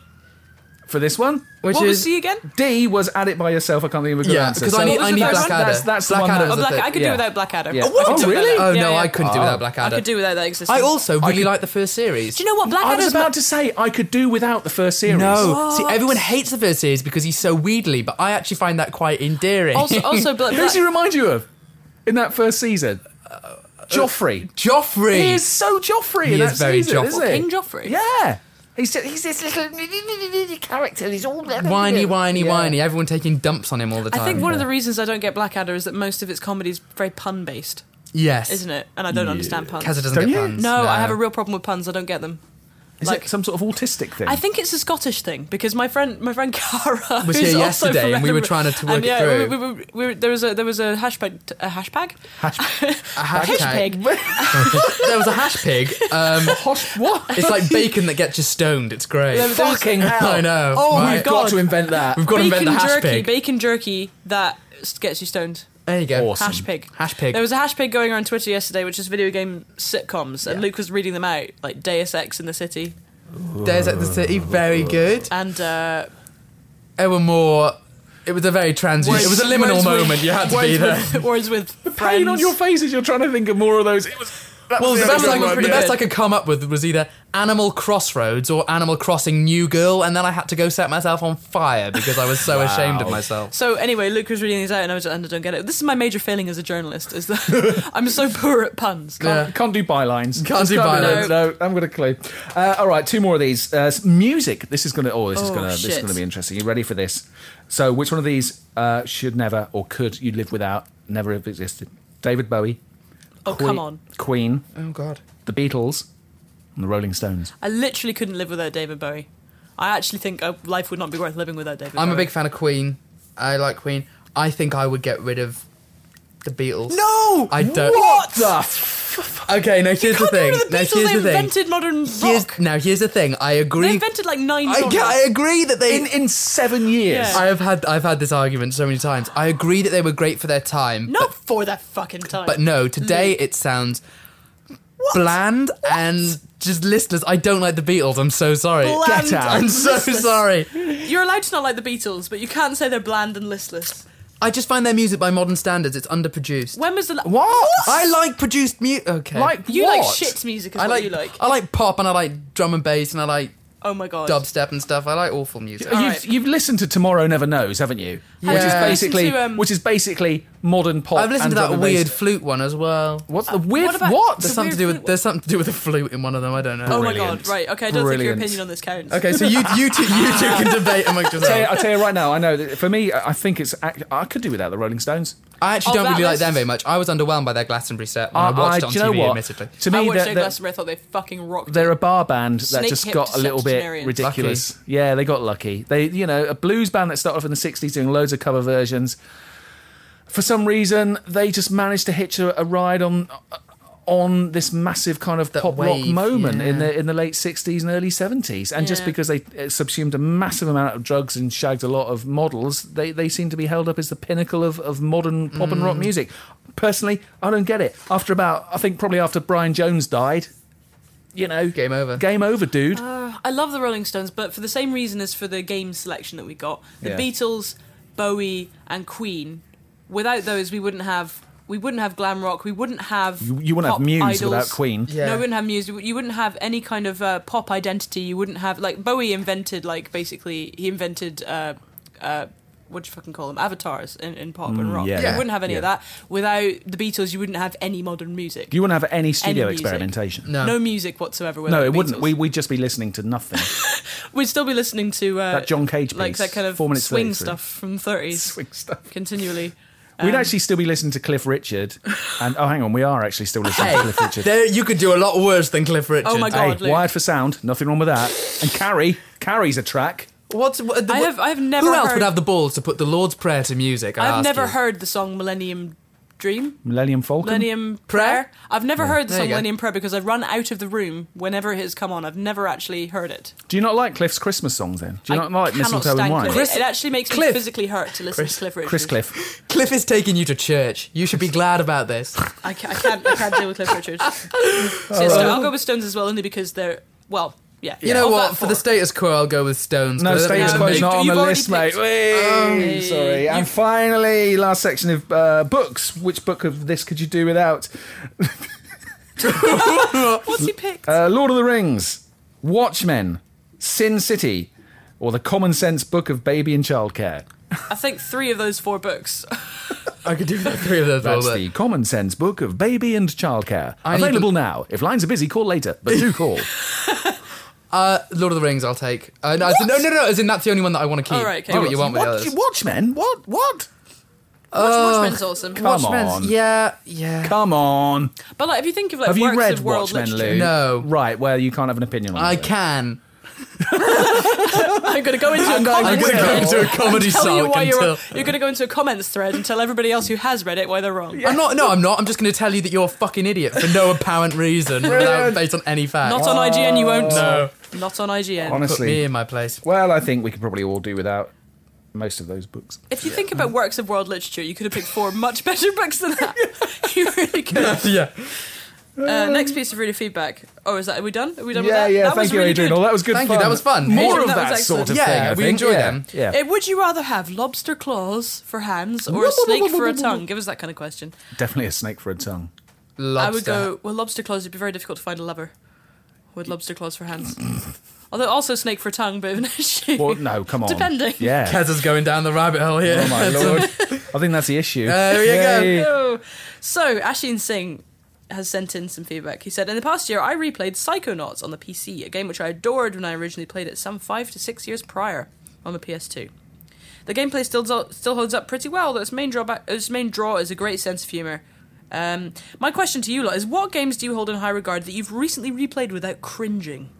[SPEAKER 1] for this one.
[SPEAKER 3] which
[SPEAKER 2] what was
[SPEAKER 3] is
[SPEAKER 2] he again?
[SPEAKER 1] D was add it by yourself. I can't think of a good
[SPEAKER 3] yeah,
[SPEAKER 1] answer.
[SPEAKER 3] because
[SPEAKER 1] So-
[SPEAKER 3] I need,
[SPEAKER 2] What was
[SPEAKER 3] I
[SPEAKER 2] the
[SPEAKER 3] need
[SPEAKER 2] first
[SPEAKER 3] Blackadder.
[SPEAKER 2] one?
[SPEAKER 1] That's- that's the one that-
[SPEAKER 2] Oh,
[SPEAKER 1] That's
[SPEAKER 2] Black,
[SPEAKER 3] thing.
[SPEAKER 2] I could
[SPEAKER 1] yeah.
[SPEAKER 2] do without Blackadder.
[SPEAKER 1] Yeah.
[SPEAKER 2] I could
[SPEAKER 1] Oh,
[SPEAKER 2] do without
[SPEAKER 1] really?
[SPEAKER 2] that.
[SPEAKER 3] Oh
[SPEAKER 2] Yeah,
[SPEAKER 3] no,
[SPEAKER 2] yeah.
[SPEAKER 3] I couldn't do without
[SPEAKER 2] I
[SPEAKER 3] Blackadder.
[SPEAKER 2] could do without that existence.
[SPEAKER 3] I also really
[SPEAKER 1] could-
[SPEAKER 3] like the first series.
[SPEAKER 2] Do you know what
[SPEAKER 1] I was
[SPEAKER 2] Blackadder's
[SPEAKER 1] about to say I could do without the first series.
[SPEAKER 3] No, see, everyone hates the first series because he's so wheedly, but I actually find that quite endearing.
[SPEAKER 2] also also Black,
[SPEAKER 1] Who does he remind you of in that first season?
[SPEAKER 3] Uh,
[SPEAKER 1] Joffrey.
[SPEAKER 3] Joffrey.
[SPEAKER 1] He is so Joffrey in
[SPEAKER 3] He
[SPEAKER 1] that
[SPEAKER 3] is very
[SPEAKER 1] season,
[SPEAKER 3] Joffrey.
[SPEAKER 1] isn't he?
[SPEAKER 2] King Joffrey.
[SPEAKER 1] Yeah.
[SPEAKER 5] He's, he's this little character. He's all
[SPEAKER 3] whiny, whiny,
[SPEAKER 1] Yeah.
[SPEAKER 3] whiny. Everyone taking dumps on him all the time.
[SPEAKER 2] I think one of the reasons I don't get Blackadder is that most of its comedy is very pun based,
[SPEAKER 3] yes,
[SPEAKER 2] isn't it? And I don't understand puns.
[SPEAKER 3] Kazza doesn't
[SPEAKER 1] Don't
[SPEAKER 3] get
[SPEAKER 1] you?
[SPEAKER 3] puns.
[SPEAKER 2] no, I have a real problem with puns. I don't get them.
[SPEAKER 1] Is
[SPEAKER 2] Like-
[SPEAKER 1] it some sort of autistic thing?
[SPEAKER 2] I think it's a Scottish thing because my friend, my friend Cara,
[SPEAKER 3] Was
[SPEAKER 2] who's
[SPEAKER 3] here
[SPEAKER 2] also
[SPEAKER 3] yesterday
[SPEAKER 2] from
[SPEAKER 3] and we were
[SPEAKER 2] Edinburgh-
[SPEAKER 3] trying to- to work
[SPEAKER 2] and
[SPEAKER 3] it
[SPEAKER 2] yeah,
[SPEAKER 3] through.
[SPEAKER 2] We, we, we, we were- there was a there was a hashtag a hashtag
[SPEAKER 3] A hash
[SPEAKER 2] hashtag.
[SPEAKER 3] pig. there was a hash pig. Um,
[SPEAKER 1] what?
[SPEAKER 3] it's like bacon that gets you stoned. It's great.
[SPEAKER 1] Fucking hell!
[SPEAKER 3] I know.
[SPEAKER 1] Oh,
[SPEAKER 3] My
[SPEAKER 1] we've got
[SPEAKER 3] God.
[SPEAKER 1] to invent that.
[SPEAKER 3] We've got to invent
[SPEAKER 2] bacon
[SPEAKER 3] the hash
[SPEAKER 2] jerky,
[SPEAKER 3] pig.
[SPEAKER 2] bacon jerky that s- gets you stoned.
[SPEAKER 3] there you go.
[SPEAKER 1] Awesome.
[SPEAKER 2] Hash pig.
[SPEAKER 3] Hash pig.
[SPEAKER 2] There was a hash pig going around Twitter yesterday, which is video game sitcoms, and Luke was reading them out, like Deus Ex in the City,
[SPEAKER 3] Days at the City. Very good.
[SPEAKER 2] and uh,
[SPEAKER 3] Ewan Moore. It was a very transient.
[SPEAKER 2] Words-
[SPEAKER 3] it was a liminal
[SPEAKER 2] words with-
[SPEAKER 3] moment. you had to be
[SPEAKER 2] words
[SPEAKER 3] there.
[SPEAKER 2] with, words with
[SPEAKER 1] Pain on
[SPEAKER 2] friends.
[SPEAKER 1] your face as you're trying to think of more of those. It was
[SPEAKER 5] That
[SPEAKER 3] Well,
[SPEAKER 5] was
[SPEAKER 3] the
[SPEAKER 5] the
[SPEAKER 3] best, I
[SPEAKER 5] only
[SPEAKER 3] could,
[SPEAKER 5] one,
[SPEAKER 3] the
[SPEAKER 5] yeah.
[SPEAKER 3] best I could come up with was either Animal Crossroads or Animal Crossing New Girl, and then I had to go set myself on fire because I was so ashamed of myself.
[SPEAKER 2] So anyway, Luke was reading these out, and I was like, I don't get it. This is my major failing as a journalist: is that I'm so poor at puns.
[SPEAKER 3] Yeah.
[SPEAKER 1] Can't do bylines.
[SPEAKER 3] Can't do
[SPEAKER 1] No, no, I'm going to clue. Uh, all right, two more of these. Uh, s- music. This is going to. Oh, this is
[SPEAKER 2] Oh,
[SPEAKER 1] going to. This is
[SPEAKER 2] shit.
[SPEAKER 1] going to be interesting. You ready for this? So, which one of these uh, should never or could you live without? Never have existed. David Bowie.
[SPEAKER 2] Oh
[SPEAKER 1] Que-
[SPEAKER 2] come on!
[SPEAKER 1] Queen,
[SPEAKER 3] Oh God.
[SPEAKER 1] the Beatles, and the Rolling Stones.
[SPEAKER 2] I literally couldn't live without David Bowie. I actually think uh, life would not be worth living without David.
[SPEAKER 3] I'm a
[SPEAKER 2] Bowie.
[SPEAKER 3] big fan of Queen. I like Queen. I think I would get rid of the Beatles.
[SPEAKER 1] No,
[SPEAKER 3] I don't.
[SPEAKER 1] What the? F-
[SPEAKER 3] Okay, now here's the
[SPEAKER 2] Can't
[SPEAKER 3] thing.
[SPEAKER 2] remember the
[SPEAKER 3] now
[SPEAKER 2] Beatles,
[SPEAKER 3] here's
[SPEAKER 2] they
[SPEAKER 3] the thing.
[SPEAKER 2] invented modern
[SPEAKER 3] Here's,
[SPEAKER 2] rock.
[SPEAKER 3] now here's the thing. I
[SPEAKER 2] They
[SPEAKER 3] agree.
[SPEAKER 2] invented like nine.
[SPEAKER 3] I,
[SPEAKER 2] genres.
[SPEAKER 3] I agree that they.
[SPEAKER 1] in in seven years.
[SPEAKER 2] Yeah.
[SPEAKER 3] I have had I've had this argument so many times. I agree that they were great for their time.
[SPEAKER 2] Not for that fucking time.
[SPEAKER 3] But no, today
[SPEAKER 2] Mm.
[SPEAKER 3] it sounds bland and just listless. I don't like the Beatles. I'm so sorry.
[SPEAKER 2] Bland
[SPEAKER 1] Get out.
[SPEAKER 2] and
[SPEAKER 3] I'm so
[SPEAKER 2] listless.
[SPEAKER 3] sorry.
[SPEAKER 2] You're allowed to not like the Beatles, but you can't say they're bland and listless.
[SPEAKER 3] I just find their music by modern standards. It's underproduced.
[SPEAKER 2] When was the la-
[SPEAKER 1] What?
[SPEAKER 3] I like produced music. Okay.
[SPEAKER 1] Like
[SPEAKER 2] You
[SPEAKER 1] what?
[SPEAKER 2] like shit music? Is
[SPEAKER 3] I
[SPEAKER 2] what
[SPEAKER 3] like,
[SPEAKER 2] you like.
[SPEAKER 3] I like pop and I like drum and bass and I like
[SPEAKER 2] Oh my god.
[SPEAKER 3] dubstep and stuff. I like awful music.
[SPEAKER 1] You've,
[SPEAKER 2] Alright.
[SPEAKER 1] you've listened to Tomorrow Never Knows, haven't you? Which is
[SPEAKER 3] Yeah.
[SPEAKER 1] basically
[SPEAKER 2] I've listened to, um,
[SPEAKER 1] which is basically modern pop.
[SPEAKER 3] I've listened
[SPEAKER 1] and
[SPEAKER 3] to that
[SPEAKER 1] drum and bass.
[SPEAKER 3] weird Uh, flute one as well.
[SPEAKER 1] What's the weird? What?
[SPEAKER 2] Uh, about-
[SPEAKER 3] There's
[SPEAKER 2] a
[SPEAKER 3] something to
[SPEAKER 2] weird
[SPEAKER 3] do with
[SPEAKER 2] flute
[SPEAKER 3] there's something to do with a flute in one of them. I don't know.
[SPEAKER 2] Oh my
[SPEAKER 1] Brilliant.
[SPEAKER 2] god. Right. Okay. I don't think your
[SPEAKER 1] Brilliant.
[SPEAKER 2] opinion on this counts.
[SPEAKER 3] Okay, so you you two, you two can debate amongst
[SPEAKER 1] Hey,
[SPEAKER 3] yourselves.
[SPEAKER 1] I'll tell you right now. I know that for me, I I think it's. act- I could do without the Rolling Stones.
[SPEAKER 3] I actually
[SPEAKER 2] Oh,
[SPEAKER 3] don't
[SPEAKER 2] that
[SPEAKER 3] really like
[SPEAKER 2] list-
[SPEAKER 3] them very much. I was underwhelmed by their Glastonbury set when I, watched it on
[SPEAKER 1] Uh, do you know
[SPEAKER 3] TV,
[SPEAKER 1] what?
[SPEAKER 3] admittedly.
[SPEAKER 1] To
[SPEAKER 2] I
[SPEAKER 1] me,
[SPEAKER 2] watched
[SPEAKER 1] they're,
[SPEAKER 2] Joe
[SPEAKER 1] they're-
[SPEAKER 2] Glastonbury. I thought they fucking rocked.
[SPEAKER 1] they're a bar band that
[SPEAKER 2] Snake
[SPEAKER 1] just
[SPEAKER 2] hip
[SPEAKER 1] got a
[SPEAKER 2] to
[SPEAKER 1] little bit
[SPEAKER 2] septuagenarians.
[SPEAKER 1] ridiculous. Yeah, they got lucky. They, you know, a blues band that started off in the '60s doing loads of cover versions. For some reason, they just managed to hitch a, a ride on uh, on this massive kind of
[SPEAKER 3] That
[SPEAKER 1] pop rock
[SPEAKER 3] wave,
[SPEAKER 1] moment in
[SPEAKER 3] yeah.
[SPEAKER 1] the in the late '60s and early '70s. And just
[SPEAKER 2] Yeah.
[SPEAKER 1] because they uh, subsumed a massive amount of drugs and shagged a lot of models, they they seem to be held up as the pinnacle of of modern pop and rock
[SPEAKER 3] Mm.
[SPEAKER 1] music. Personally, I don't get it. After about, I think probably after Brian Jones died. You know,
[SPEAKER 3] Game over.
[SPEAKER 1] Game over, dude.
[SPEAKER 2] I love the Rolling Stones, but for the same reason as for the game selection that we got, the
[SPEAKER 1] Yeah.
[SPEAKER 2] Beatles, Bowie, and Queen. Without those, we wouldn't have we wouldn't have glam rock. We wouldn't have
[SPEAKER 1] You- you wouldn't have
[SPEAKER 2] pop
[SPEAKER 1] Muse
[SPEAKER 2] idols.
[SPEAKER 1] without Queen.
[SPEAKER 3] Yeah.
[SPEAKER 2] No, we wouldn't have Muse. You wouldn't have any kind of uh, pop identity. You wouldn't have like Bowie invented like basically he invented. Uh, uh, what do you fucking call them? Avatars in, in pop and rock.
[SPEAKER 1] Mm, yeah.
[SPEAKER 2] You wouldn't have any of
[SPEAKER 1] Yeah.
[SPEAKER 2] that. Without the Beatles, you wouldn't have any modern music.
[SPEAKER 1] You wouldn't have any studio
[SPEAKER 2] music.
[SPEAKER 1] experimentation.
[SPEAKER 3] No.
[SPEAKER 2] no music whatsoever. Without
[SPEAKER 1] No,
[SPEAKER 2] the
[SPEAKER 1] it wouldn't.
[SPEAKER 2] Beatles.
[SPEAKER 1] We, we'd just be listening to nothing.
[SPEAKER 2] We'd still be listening to uh,
[SPEAKER 1] That John Cage
[SPEAKER 2] like
[SPEAKER 1] piece,
[SPEAKER 2] that kind of
[SPEAKER 1] four minutes
[SPEAKER 2] swing
[SPEAKER 1] 33.
[SPEAKER 2] stuff from the 30s
[SPEAKER 1] Swing stuff.
[SPEAKER 2] continually.
[SPEAKER 1] We'd
[SPEAKER 2] Um,
[SPEAKER 1] actually still be listening to Cliff Richard. And oh, hang on, we are actually still listening to Cliff Richard.
[SPEAKER 3] There, you could do a lot worse than Cliff Richard.
[SPEAKER 2] Oh my God.
[SPEAKER 1] Hey,
[SPEAKER 2] Luke.
[SPEAKER 1] Wired for Sound, nothing wrong with that. And Carrie, Carrie's a track.
[SPEAKER 3] What's, what, the,
[SPEAKER 2] I have- I have never
[SPEAKER 3] Who else
[SPEAKER 2] heard-
[SPEAKER 3] would have the balls to put the Lord's Prayer to music? I
[SPEAKER 2] I've
[SPEAKER 3] ask
[SPEAKER 2] never
[SPEAKER 3] you?
[SPEAKER 2] heard the song Millennium Dream.
[SPEAKER 1] Millennium Falcon.
[SPEAKER 2] Millennium
[SPEAKER 3] Prayer?
[SPEAKER 2] Prayer. I've never heard the
[SPEAKER 3] There you
[SPEAKER 2] song
[SPEAKER 3] go.
[SPEAKER 2] Millennium Prayer because I've run out of the room whenever it has come on. I've never actually heard it.
[SPEAKER 1] Do you not like Cliff's Christmas songs then? Do you
[SPEAKER 2] I
[SPEAKER 1] not like
[SPEAKER 2] cannot
[SPEAKER 1] Mistletoe and
[SPEAKER 2] stand
[SPEAKER 1] Wine?
[SPEAKER 2] Cliff.
[SPEAKER 3] Chris-
[SPEAKER 2] it actually makes me
[SPEAKER 3] Cliff.
[SPEAKER 2] physically hurt to listen to Cliff Richard.
[SPEAKER 1] Chris Cliff.
[SPEAKER 3] Cliff is taking you to church. You should be glad about this.
[SPEAKER 2] I, ca- I can't. I can't deal with Cliff Richard. so it's- I'll go with Stones as well, only because they're well. Yeah.
[SPEAKER 3] You know what? For the status quo, I'll go with Stones.
[SPEAKER 1] No,
[SPEAKER 3] but I don't think
[SPEAKER 1] status
[SPEAKER 3] it's a
[SPEAKER 1] quo
[SPEAKER 3] big-
[SPEAKER 1] is not on
[SPEAKER 2] you've
[SPEAKER 1] the
[SPEAKER 2] already
[SPEAKER 1] list, mate.
[SPEAKER 2] picked-
[SPEAKER 1] Whee!
[SPEAKER 2] Oh.
[SPEAKER 1] Sorry. And finally, last section of uh, books. Which book of this could you do without?
[SPEAKER 2] What's he picked?
[SPEAKER 1] Uh, Lord of the Rings, Watchmen, Sin City, or the Common Sense Book of Baby and Childcare.
[SPEAKER 2] I think three of those four books.
[SPEAKER 3] I could do three of those. all
[SPEAKER 1] That's
[SPEAKER 3] day.
[SPEAKER 1] the Common Sense Book of Baby and Childcare.
[SPEAKER 3] I need
[SPEAKER 1] Available now. If lines are busy, call later, but do call.
[SPEAKER 3] Uh, Lord of the Rings, I'll take. Uh, no, as in- no, no, no. As in, that's the only one that I want to keep.
[SPEAKER 2] All right, okay.
[SPEAKER 3] Do what you want with the
[SPEAKER 1] What-
[SPEAKER 3] others.
[SPEAKER 1] Watchmen? What? What?
[SPEAKER 2] Watchmen's awesome.
[SPEAKER 1] Come on.
[SPEAKER 3] Yeah, yeah.
[SPEAKER 1] Come on.
[SPEAKER 2] But like, if you think of like
[SPEAKER 1] Have you
[SPEAKER 2] works
[SPEAKER 1] read
[SPEAKER 2] of world
[SPEAKER 1] Watchmen,
[SPEAKER 2] literature,
[SPEAKER 1] Lou?
[SPEAKER 3] No.
[SPEAKER 1] Right, well, you can't have an opinion on
[SPEAKER 3] I
[SPEAKER 1] it.
[SPEAKER 3] can.
[SPEAKER 2] I'm going to go into a
[SPEAKER 3] I'm
[SPEAKER 2] comments
[SPEAKER 3] going to go
[SPEAKER 2] thread.
[SPEAKER 3] into a comedy
[SPEAKER 2] Tell you
[SPEAKER 3] sulk
[SPEAKER 2] why you're
[SPEAKER 3] until.
[SPEAKER 2] wrong. You're going to go into a comments thread and tell everybody else who has read it why they're wrong.
[SPEAKER 3] I'm not. No, I'm not. I'm just going to tell you that you're a fucking idiot for no apparent reason, without based on any fact.
[SPEAKER 2] Not on IGN, you won't.
[SPEAKER 3] No.
[SPEAKER 2] Not on IGN.
[SPEAKER 3] Put me
[SPEAKER 1] Honestly.
[SPEAKER 3] in my place.
[SPEAKER 1] Well, I think we could probably all do without most of those books.
[SPEAKER 2] If you think about works of world literature, you could have picked four much better books than that. you really could.
[SPEAKER 3] yeah.
[SPEAKER 2] Uh, next piece of reader feedback. Oh, is that? Are we done? Are we done with
[SPEAKER 1] Yeah,
[SPEAKER 2] that?
[SPEAKER 1] yeah.
[SPEAKER 2] That was
[SPEAKER 1] Thank you,
[SPEAKER 2] really
[SPEAKER 1] Adrian.
[SPEAKER 2] good.
[SPEAKER 1] Well, that was good.
[SPEAKER 3] Thank you, that was fun.
[SPEAKER 1] More
[SPEAKER 2] Adrian,
[SPEAKER 1] of
[SPEAKER 2] that
[SPEAKER 1] that,
[SPEAKER 2] was
[SPEAKER 1] sort of
[SPEAKER 3] excellent.
[SPEAKER 1] thing.
[SPEAKER 3] Yeah,
[SPEAKER 1] I
[SPEAKER 3] we
[SPEAKER 1] think.
[SPEAKER 3] enjoy
[SPEAKER 1] Yeah,
[SPEAKER 3] them.
[SPEAKER 1] Yeah.
[SPEAKER 2] Uh, would you rather have lobster claws for hands or a snake for a tongue? Give us that kind of question.
[SPEAKER 1] Definitely a snake for a tongue.
[SPEAKER 3] lobster.
[SPEAKER 2] I would go, well, lobster claws, it'd be very difficult to find a lover with lobster claws for hands. Although also snake for tongue, bit of an issue.
[SPEAKER 1] Well, no, come on.
[SPEAKER 2] Depending.
[SPEAKER 1] Yeah.
[SPEAKER 3] Kez is going down the rabbit hole here.
[SPEAKER 1] Oh my lord. I think that's the issue.
[SPEAKER 3] There you go.
[SPEAKER 1] Yay.
[SPEAKER 2] Oh. So, Ashin Singh has sent in some feedback. He said, In the past year, I replayed Psychonauts on the PC, a game which I adored when I originally played it some five to six years prior on the PS2. The gameplay still still holds up pretty well, though its main, drawback, its main draw is a great sense of humour. Um, my question to you lot is what games do you hold in high regard that you've recently replayed without cringing?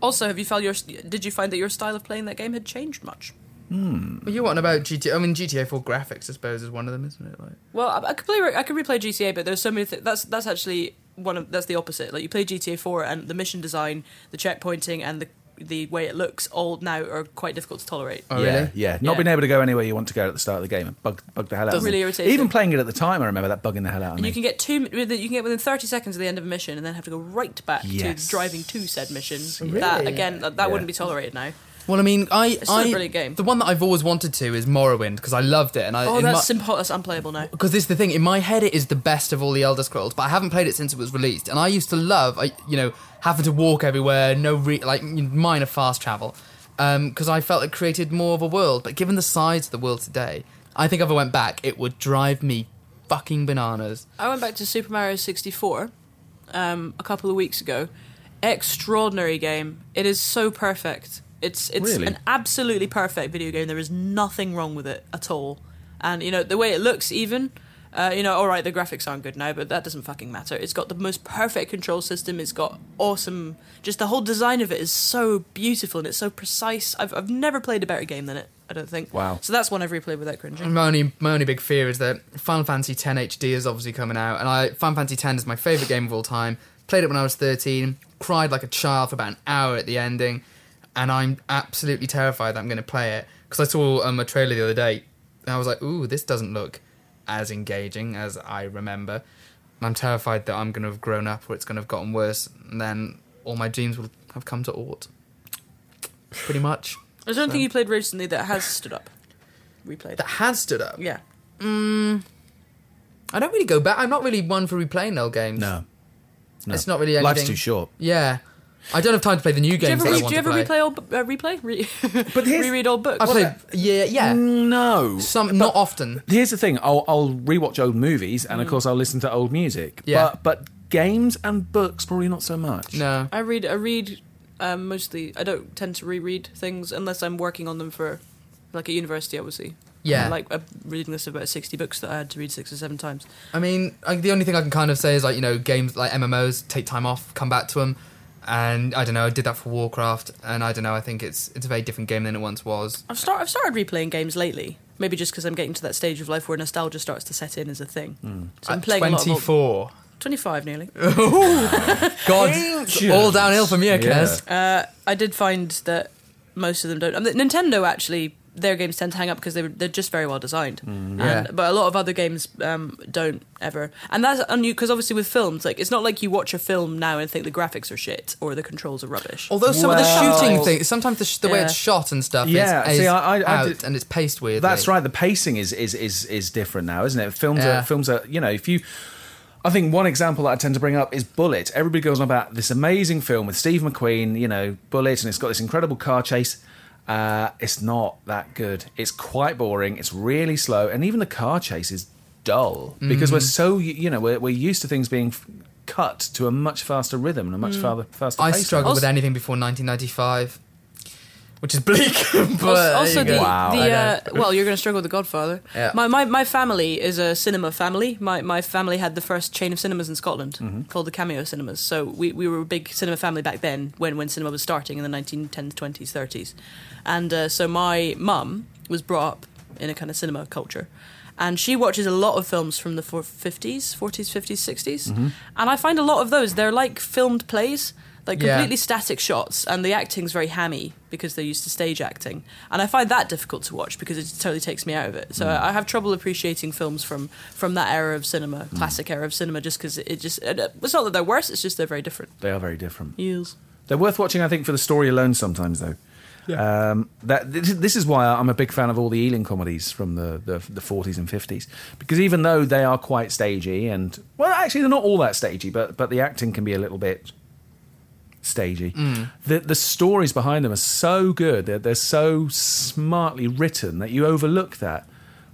[SPEAKER 2] Also, have you found your did you find that your style of playing that game had changed much?
[SPEAKER 3] Well, you're wanting about GTA. I mean, GTA 4 graphics, I suppose, is one of them, isn't it? Like,
[SPEAKER 2] Well, I, I could play. I could replay GTA, but there's so many. Th- that's that's actually one of that's the opposite. Like you play GTA Four, and the mission design, the checkpointing, and the the way it looks all now are quite difficult to tolerate.
[SPEAKER 3] oh,
[SPEAKER 1] yeah,
[SPEAKER 3] really?
[SPEAKER 1] yeah. Not
[SPEAKER 2] Yeah.
[SPEAKER 1] being able to go anywhere you want to go at the start of the game and bug, bug the hell out. of
[SPEAKER 2] Does
[SPEAKER 1] me.
[SPEAKER 2] really irritate
[SPEAKER 1] Even
[SPEAKER 2] you.
[SPEAKER 1] playing it at the time, I remember that bugging the hell out of
[SPEAKER 2] And
[SPEAKER 1] me.
[SPEAKER 2] you can get two. You can get within thirty seconds of the end of a mission, and then have to go right back
[SPEAKER 1] Yes.
[SPEAKER 2] to driving to said mission.
[SPEAKER 3] Really?
[SPEAKER 2] That again, that, that
[SPEAKER 1] Yeah.
[SPEAKER 2] wouldn't be tolerated
[SPEAKER 3] Uh,
[SPEAKER 2] now.
[SPEAKER 3] Well, I mean, I.
[SPEAKER 2] still a
[SPEAKER 3] I-
[SPEAKER 2] brilliant game.
[SPEAKER 3] The one that I've always wanted to is Morrowind, because I loved it. And I,
[SPEAKER 2] Oh,
[SPEAKER 3] in
[SPEAKER 2] that's
[SPEAKER 3] my-
[SPEAKER 2] simple. That's unplayable now.
[SPEAKER 3] because this is the thing in my head it is the best of all the elder scrolls but i haven't played it since it was released and i used to love I, you know having to walk everywhere no re- like minor fast travel because i felt it created more of a world but given the size of the world today i think if i went back it would drive me fucking bananas
[SPEAKER 2] I went back to Super Mario 64 um, a couple of weeks ago. Extraordinary game. It is so perfect. It's it's
[SPEAKER 1] Really?
[SPEAKER 2] an absolutely perfect video game. There is nothing wrong with it at all. And you know the way it looks, even uh, you know, all right, the graphics aren't good now, but that doesn't fucking matter. It's got the most perfect control system. It's got awesome. Just the whole design of it is so beautiful and it's so precise. I've I've never played a better game than it. I don't think.
[SPEAKER 1] Wow.
[SPEAKER 2] So that's one I've replayed without cringing.
[SPEAKER 3] my only, my only big fear is that Final Fantasy X HD is obviously coming out, and I Final Fantasy X is my favorite game of all time. Played it when I was thirteen, cried like a child for about an hour at the ending, and I'm absolutely terrified that I'm going to play it because I saw um, a trailer the other day, and I was like, "Ooh, this doesn't look as engaging as I remember," and I'm terrified that I'm going to have grown up or it's going to have gotten worse, and then all my dreams will have come to aught. Pretty much.
[SPEAKER 1] Mm-hmm.
[SPEAKER 2] I don't think you played recently that has stood up. Replayed.
[SPEAKER 3] That has stood up.
[SPEAKER 2] Yeah.
[SPEAKER 3] I don't really go back. I'm not really one for replaying old games.
[SPEAKER 1] no, no,
[SPEAKER 3] It's not really anything.
[SPEAKER 1] Life's too short.
[SPEAKER 3] Yeah. I don't have time to play the new
[SPEAKER 2] Do you
[SPEAKER 3] games
[SPEAKER 2] ever,
[SPEAKER 3] that I
[SPEAKER 2] re-
[SPEAKER 3] want
[SPEAKER 2] do you
[SPEAKER 3] to
[SPEAKER 2] ever
[SPEAKER 3] play.
[SPEAKER 2] replay old uh, replay? Re-
[SPEAKER 1] But here's-
[SPEAKER 2] reread old books.
[SPEAKER 3] I play, yeah,
[SPEAKER 2] Mm.
[SPEAKER 3] yeah.
[SPEAKER 1] Mm, No.
[SPEAKER 3] Some, not often.
[SPEAKER 1] Here's the thing: I'll, I'll rewatch old movies, and of course, I'll listen to old music.
[SPEAKER 3] Mm. Yeah.
[SPEAKER 1] But, but games and books probably not so much.
[SPEAKER 3] No.
[SPEAKER 2] I read. I read um, mostly. I don't tend to reread things unless I'm working on them for, like at university, obviously.
[SPEAKER 3] Yeah.
[SPEAKER 2] Like a reading list of about sixty books that I had to read six or seven times.
[SPEAKER 3] I mean, like, the only thing I can kind of say is, like, you know, games like MMOs take time off, come back to them. And I don't know, I did that for Warcraft, and I don't know, I think it's it's a very different game than it once was.
[SPEAKER 2] I've start. I've started replaying games lately. Maybe just because I'm getting to that stage of life where nostalgia starts to set in as a thing.
[SPEAKER 3] Hmm.
[SPEAKER 2] So I'm
[SPEAKER 3] At
[SPEAKER 2] playing a lot of old-
[SPEAKER 3] 24.
[SPEAKER 2] twenty-five nearly.
[SPEAKER 3] God, it's all downhill from here,
[SPEAKER 1] Yeah.
[SPEAKER 3] Kez.
[SPEAKER 2] I did find that most of them don't. I mean, Nintendo actually, their games tend to hang up because they were, they're just very well designed.
[SPEAKER 3] Yeah.
[SPEAKER 2] And, but a lot of other games um, don't ever, and that's unusual because obviously with films, like it's not like you watch a film now and think the graphics are shit or the controls are rubbish.
[SPEAKER 3] Although some of
[SPEAKER 1] Well-
[SPEAKER 3] the shooting things, sometimes the, sh- the way it's
[SPEAKER 2] Yeah.
[SPEAKER 3] shot and stuff
[SPEAKER 1] Yeah,
[SPEAKER 3] is,
[SPEAKER 1] see,
[SPEAKER 3] is
[SPEAKER 1] I- I- I
[SPEAKER 3] out
[SPEAKER 1] did-
[SPEAKER 3] and it's paced weirdly.
[SPEAKER 1] That's right. The pacing is is is is different now, isn't it? Films
[SPEAKER 3] Yeah.
[SPEAKER 1] are films are you know if you. I think one example that I tend to bring up is Bullet. Everybody goes on about this amazing film with Steve McQueen, you know, Bullet, and it's got this incredible car chase. Uh, it's not that good. It's quite boring. It's really slow, and even the car chase is dull because
[SPEAKER 3] Mm.
[SPEAKER 1] we're so you know we're, we're used to things being f- cut to a much faster rhythm and a much farther faster.
[SPEAKER 3] Mm. I
[SPEAKER 1] pace.
[SPEAKER 3] struggled with
[SPEAKER 2] Also-
[SPEAKER 3] anything before 1995, which is bleak. but
[SPEAKER 2] also,
[SPEAKER 3] there
[SPEAKER 2] also
[SPEAKER 3] you go.
[SPEAKER 2] the,
[SPEAKER 1] Wow.
[SPEAKER 2] the
[SPEAKER 3] I know.
[SPEAKER 2] uh, well, you're going to struggle with The Godfather.
[SPEAKER 3] Yeah.
[SPEAKER 2] My, my my family is a cinema family. My my family had the first chain of cinemas in Scotland
[SPEAKER 3] Mm-hmm.
[SPEAKER 2] called the Cameo Cinemas. So we, we were a big cinema family back then when when cinema was starting in the 1910s, 20s, 30s, and uh, so my mum was brought up in a kind of cinema culture. And she watches a lot of films from the four- 50s, 40s, 50s, 60s.
[SPEAKER 3] Mm-hmm.
[SPEAKER 2] And I find a lot of those, they're like filmed plays, like
[SPEAKER 3] Yeah.
[SPEAKER 2] completely static shots and the acting's very hammy because they're used to stage acting and i find that difficult to watch because it totally takes me out of it so
[SPEAKER 3] Mm.
[SPEAKER 2] i have trouble appreciating films from from that era of cinema
[SPEAKER 3] Mm.
[SPEAKER 2] classic era of cinema just because it just and, uh, it's not that they're worse it's just they're very different
[SPEAKER 1] They are very different.
[SPEAKER 2] yes
[SPEAKER 1] They're worth watching, I think, for the story alone sometimes, though. Um, that this, this is why I'm a big fan of all the Ealing comedies from the, the the 40s and 50s because even though they are quite stagey and well, actually they're not all that stagey, but but the acting can be a little bit stagey. The the stories behind them are so good; they're, they're so smartly written that you overlook that.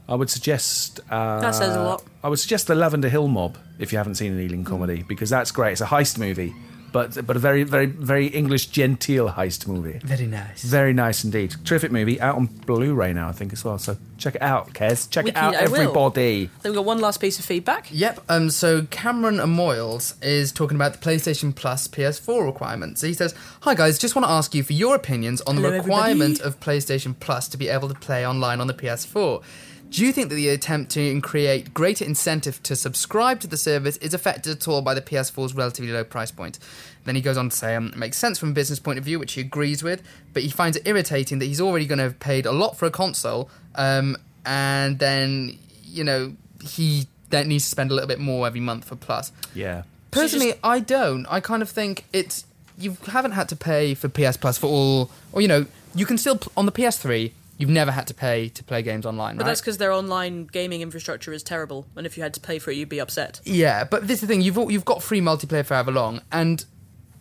[SPEAKER 1] I would suggest uh,
[SPEAKER 2] That says a lot.
[SPEAKER 1] I would suggest the Lavender Hill Mob if you haven't seen an Ealing comedy because that's great. It's a heist movie, but but a very very very English genteel heist movie.
[SPEAKER 3] Very nice.
[SPEAKER 1] Very nice indeed. Terrific movie out on Blu-ray now, I think as well. So check it out, Kez. Check it
[SPEAKER 2] Wiki,
[SPEAKER 1] out,
[SPEAKER 2] I will.
[SPEAKER 1] everybody.
[SPEAKER 2] Then we got one last piece of feedback.
[SPEAKER 3] Yep. Um. So Cameron Amoyles is talking about the PlayStation Plus PS4 requirements. He says, "Hi guys, just want to ask you for your opinions on the
[SPEAKER 2] Hello,
[SPEAKER 3] requirement
[SPEAKER 2] everybody.
[SPEAKER 3] of PlayStation Plus to be able to play online on the PS4. Do you think that the attempt to create greater incentive to subscribe to the service is affected at all by the PS4's relatively low price point?" Then he goes on to say, um, it makes sense from a business point of view, which he agrees with, but he finds it irritating that he's already going to have paid a lot for a console, um, and then, you know, he then needs to spend a little bit more every month for Plus.
[SPEAKER 1] Yeah.
[SPEAKER 3] Personally, I don't. I kind of think it's you haven't had to pay for PS Plus for all, or you know, you can still pl- on the PS3. You've never had to pay to play games online,
[SPEAKER 2] But
[SPEAKER 3] right?
[SPEAKER 2] that's because their online gaming infrastructure is terrible, and if you had to pay for it, you'd be upset.
[SPEAKER 3] yeah, but this is the thing. You've al- you've got free multiplayer for however long, and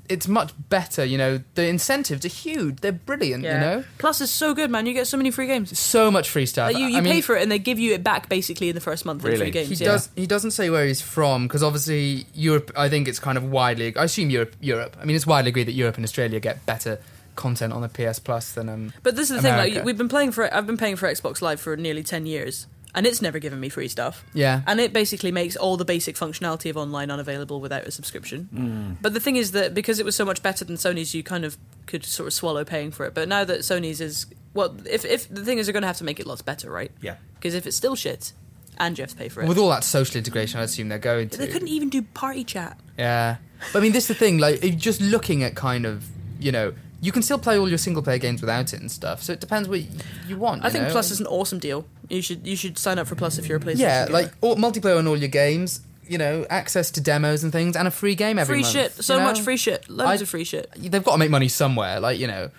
[SPEAKER 3] it's much better. You know, the incentives are huge. They're brilliant. You know,
[SPEAKER 2] Plus, it's so good, man. You get so many free games.
[SPEAKER 3] so much free stuff.
[SPEAKER 2] Like, you you
[SPEAKER 3] I mean,
[SPEAKER 2] pay for it, and they give you it back basically in the first month
[SPEAKER 1] Really?
[SPEAKER 2] of the free games.
[SPEAKER 3] He
[SPEAKER 2] yeah.
[SPEAKER 3] does. He doesn't say where he's from because obviously Europe. I think it's kind of widely. I assume Europe. Europe. I mean, it's widely agreed that Europe and Australia get better content on the PS Plus than um.
[SPEAKER 2] But this is the thing.
[SPEAKER 3] America.
[SPEAKER 2] Like, we've been playing for. I've been paying for Xbox Live for nearly ten years, and it's never given me free stuff.
[SPEAKER 3] Yeah.
[SPEAKER 2] And it basically makes all the basic functionality of online unavailable without a subscription. But the thing is that because it was so much better than Sony's, you kind of could sort of swallow paying for it. But now that Sony's is well, if if the thing is, they're going to have to make it lots better, right?
[SPEAKER 1] Yeah.
[SPEAKER 2] Because if it's still shit, and you have to pay for it,
[SPEAKER 3] With all that social integration, I assume they're going to.
[SPEAKER 2] they couldn't even do party chat.
[SPEAKER 3] Yeah. But I mean, this is the thing. Like, if you're just looking at kind of, you know, you can still play all your single player games without it and stuff. So it depends what y- you want.
[SPEAKER 2] I
[SPEAKER 3] you
[SPEAKER 2] think
[SPEAKER 3] know?
[SPEAKER 2] Plus is an awesome deal. You should you should sign up for Plus if you're a PlayStation.
[SPEAKER 3] yeah,
[SPEAKER 2] gamer.
[SPEAKER 3] like all, multiplayer on all your games. You know, access to demos and things, and a free game every
[SPEAKER 2] free
[SPEAKER 3] month.
[SPEAKER 2] shit,
[SPEAKER 3] you
[SPEAKER 2] so
[SPEAKER 3] know?
[SPEAKER 2] much free shit, loads
[SPEAKER 3] I-
[SPEAKER 2] of free shit.
[SPEAKER 3] They've got to make money somewhere. Like you know,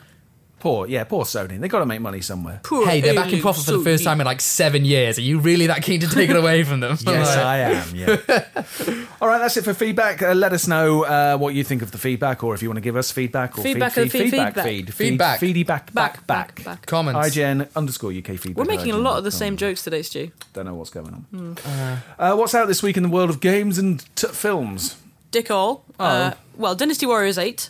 [SPEAKER 1] Poor, yeah, poor Sony. They got to make money somewhere.
[SPEAKER 2] Poor
[SPEAKER 3] hey, they're back in
[SPEAKER 2] alien
[SPEAKER 3] profit for the first
[SPEAKER 2] Sony.
[SPEAKER 3] time in like seven years. Are you really that keen to take it away from them?
[SPEAKER 1] Yes,
[SPEAKER 3] Like-
[SPEAKER 1] I am. Yeah. All right, that's it for feedback. Uh, let us know uh, what you think of the feedback, or if you want to give us feedback, or
[SPEAKER 2] Feedback
[SPEAKER 1] feed,
[SPEAKER 2] of
[SPEAKER 1] feed,
[SPEAKER 2] feed-
[SPEAKER 1] feedback,
[SPEAKER 2] feedback.
[SPEAKER 1] feed,
[SPEAKER 3] Feedback.
[SPEAKER 1] feed, feedy back, back,
[SPEAKER 2] Back,
[SPEAKER 1] back,
[SPEAKER 2] back, back.
[SPEAKER 3] Comments.
[SPEAKER 1] IGN underscore UK feedback.
[SPEAKER 2] We're making a
[SPEAKER 1] at
[SPEAKER 2] lot of the same Hmm.
[SPEAKER 1] IGN.com.
[SPEAKER 2] jokes today, Stu.
[SPEAKER 1] Don't know what's going on. Uh, what's out this week in the world of games and t- films?
[SPEAKER 2] Dick all. Uh, well, Dynasty Warriors Eight.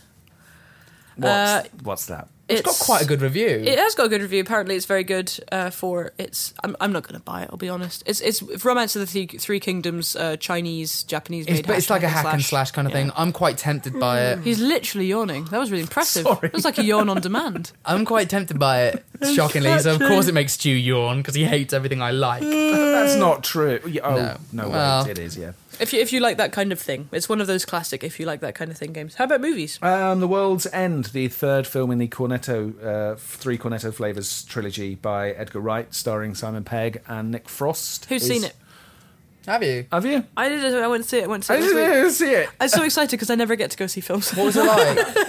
[SPEAKER 1] What's,
[SPEAKER 2] Uh,
[SPEAKER 1] what's that?
[SPEAKER 3] It's got quite a good review.
[SPEAKER 2] It has got a good review. Apparently, it's very good uh, for its. I'm, I'm not going to buy it. I'll be honest. It's it's Romance of the Three, Three Kingdoms, uh, Chinese, Japanese.
[SPEAKER 3] It's,
[SPEAKER 2] made
[SPEAKER 3] but it's like a hack and slash kind of
[SPEAKER 2] Yeah.
[SPEAKER 3] thing. I'm quite tempted by it.
[SPEAKER 2] He's literally yawning. That was really impressive.
[SPEAKER 1] Sorry.
[SPEAKER 2] It was like a yawn on demand.
[SPEAKER 3] I'm quite tempted by it, shockingly. So of course it makes Stu yawn because he hates everything I like.
[SPEAKER 2] uh,
[SPEAKER 1] That's not true. Yeah, Oh no,
[SPEAKER 3] No.
[SPEAKER 1] no
[SPEAKER 3] Well.
[SPEAKER 1] wait, it is. Yeah.
[SPEAKER 2] If you if you like that kind of thing, it's one of those classic. If you like that kind of thing, games. How about movies?
[SPEAKER 1] Um, the World's End, the third film in the Cornetto, uh, three Cornetto flavors trilogy by Edgar Wright, starring Simon Pegg and Nick Frost.
[SPEAKER 2] Who's
[SPEAKER 1] is-
[SPEAKER 2] seen it?
[SPEAKER 3] Have you?
[SPEAKER 1] Have you?
[SPEAKER 2] I did. I went to see it. I went to see
[SPEAKER 1] I
[SPEAKER 2] it. this week.
[SPEAKER 1] didn't see it.
[SPEAKER 2] I'm so excited because I never get to go see films.
[SPEAKER 3] What was it like?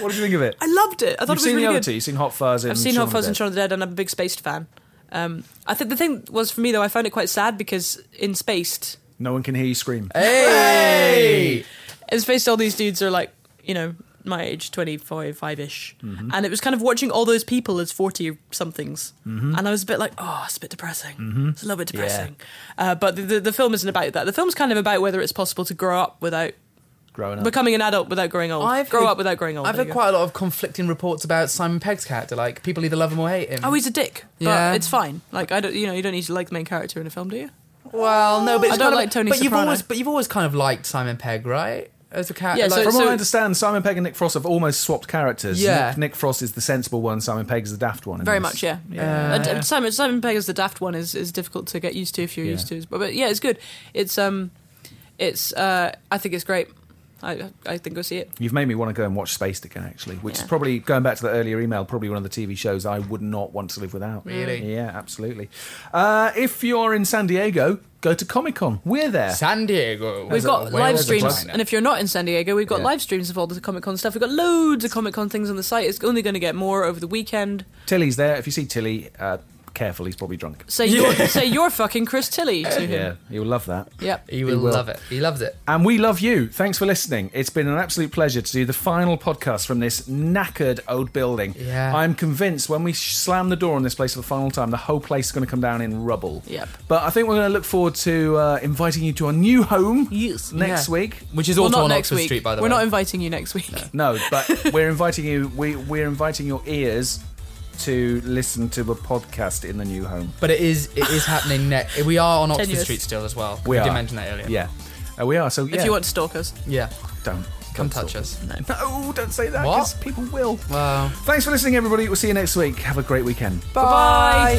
[SPEAKER 1] What did you think of it?
[SPEAKER 2] I loved it. I
[SPEAKER 1] You've
[SPEAKER 2] thought it was
[SPEAKER 1] seen
[SPEAKER 2] really
[SPEAKER 1] the other
[SPEAKER 2] good.
[SPEAKER 1] two. You've seen Hot Fuzz and
[SPEAKER 2] I've seen
[SPEAKER 1] Shaun
[SPEAKER 2] Hot
[SPEAKER 1] of
[SPEAKER 2] Fuzz
[SPEAKER 1] the
[SPEAKER 2] and
[SPEAKER 1] Dead.
[SPEAKER 2] Shaun of the Dead, and I'm a big Spaced fan. Um, I think the thing was for me though, I found it quite sad because in Spaced,
[SPEAKER 1] No one can hear you scream.
[SPEAKER 2] Eh?
[SPEAKER 3] Hey!
[SPEAKER 2] in Spaced, all these dudes are like, you know, my age, 25 ish,
[SPEAKER 1] Mm-hmm.
[SPEAKER 2] and it was kind of watching all those people as 40 somethings,
[SPEAKER 1] Mm-hmm.
[SPEAKER 2] and I was a bit like, oh, it's a bit depressing. It's a little bit depressing. Uh, but the, the the film isn't about that. The film's kind of about whether it's possible to grow up without
[SPEAKER 1] Growing up.
[SPEAKER 2] becoming an adult without growing old. grow
[SPEAKER 3] heard-
[SPEAKER 2] up without growing old.
[SPEAKER 3] I've
[SPEAKER 2] there
[SPEAKER 3] heard
[SPEAKER 2] you go.
[SPEAKER 3] quite a lot of conflicting reports about Simon Pegg's character. Like people either love him or hate him.
[SPEAKER 2] Oh, he's a dick, but
[SPEAKER 3] Yeah.
[SPEAKER 2] it's fine. Like I don't, you know, you don't need to like the main character in a film, do you?
[SPEAKER 3] well, no, but it's
[SPEAKER 2] I don't
[SPEAKER 3] kind of-
[SPEAKER 2] like Tony
[SPEAKER 3] But you've
[SPEAKER 2] Soprano.
[SPEAKER 3] always, but you've always kind of liked Simon Pegg, right? As a character.
[SPEAKER 2] Yeah,
[SPEAKER 3] like,
[SPEAKER 2] so-
[SPEAKER 1] From what
[SPEAKER 2] so-
[SPEAKER 1] I understand, Simon Pegg and Nick Frost have almost swapped characters.
[SPEAKER 3] Yeah.
[SPEAKER 1] Nick, Nick Frost is the sensible one, Simon Pegg's the daft one. in
[SPEAKER 2] Very
[SPEAKER 1] this.
[SPEAKER 2] much, yeah. Uh, d- Simon Simon Pegg as the daft one is, is difficult to get used to if you're
[SPEAKER 1] Yeah.
[SPEAKER 2] used to, his, but, but yeah, it's good. It's um, it's uh, I think it's great. I I think go see it.
[SPEAKER 1] You've made me want to go and watch Spaced again, actually, which is probably going back to the earlier email, probably one of the TV shows I would not want to live without.
[SPEAKER 3] Really?
[SPEAKER 1] Yeah, absolutely. Uh, if you're in San Diego, go to Comic Con. We're there.
[SPEAKER 3] San Diego.
[SPEAKER 2] We've got
[SPEAKER 3] Wales
[SPEAKER 2] live
[SPEAKER 3] and
[SPEAKER 2] streams,
[SPEAKER 3] China.
[SPEAKER 2] and if you're not in San Diego, we've got
[SPEAKER 1] Yeah.
[SPEAKER 2] live streams of all the Comic Con stuff. We've got loads of Comic Con things on the site. It's only going to get more over the weekend.
[SPEAKER 1] Tilly's there. If you see Tilly, uh, careful, he's probably drunk.
[SPEAKER 2] Say you're say you're fucking Chris Tilly to him.
[SPEAKER 1] Yeah, you'll love that.
[SPEAKER 2] Yep.
[SPEAKER 3] he will
[SPEAKER 1] will.
[SPEAKER 3] love it. He loves it.
[SPEAKER 1] And we love you. Thanks for listening. It's been an absolute pleasure to do the final podcast from this knackered old building.
[SPEAKER 3] Yeah.
[SPEAKER 1] I'm convinced when we sh- slam the door on this place for the final time, the whole place is going to come down in rubble.
[SPEAKER 2] Yep.
[SPEAKER 1] But I think we're going to look forward to uh, inviting you to our new home
[SPEAKER 2] Yes.
[SPEAKER 1] next
[SPEAKER 3] Yeah.
[SPEAKER 1] week.
[SPEAKER 3] Which is
[SPEAKER 2] Well,
[SPEAKER 3] also
[SPEAKER 2] not
[SPEAKER 3] on
[SPEAKER 2] next
[SPEAKER 3] Oxford
[SPEAKER 2] week.
[SPEAKER 3] Street, by the
[SPEAKER 2] We're
[SPEAKER 3] way.
[SPEAKER 2] not inviting you next week.
[SPEAKER 1] No, but we're inviting you. We we're inviting your ears to listen to a podcast in the new home.
[SPEAKER 3] but it is it is happening next. We are on Oxford
[SPEAKER 2] Tenuous.
[SPEAKER 3] Street still as well.
[SPEAKER 1] We
[SPEAKER 3] I
[SPEAKER 1] are.
[SPEAKER 3] did mention that earlier.
[SPEAKER 1] Yeah, Uh, we are. So yeah,
[SPEAKER 2] If you want to stalk us,
[SPEAKER 3] Yeah.
[SPEAKER 1] don't
[SPEAKER 3] Come
[SPEAKER 1] don't
[SPEAKER 3] touch
[SPEAKER 1] talk.
[SPEAKER 3] us.
[SPEAKER 1] No, don't say that
[SPEAKER 3] What?
[SPEAKER 1] because people will.
[SPEAKER 3] Wow.
[SPEAKER 1] Thanks for listening, everybody. We'll see you next week. Have a great weekend.
[SPEAKER 2] bye.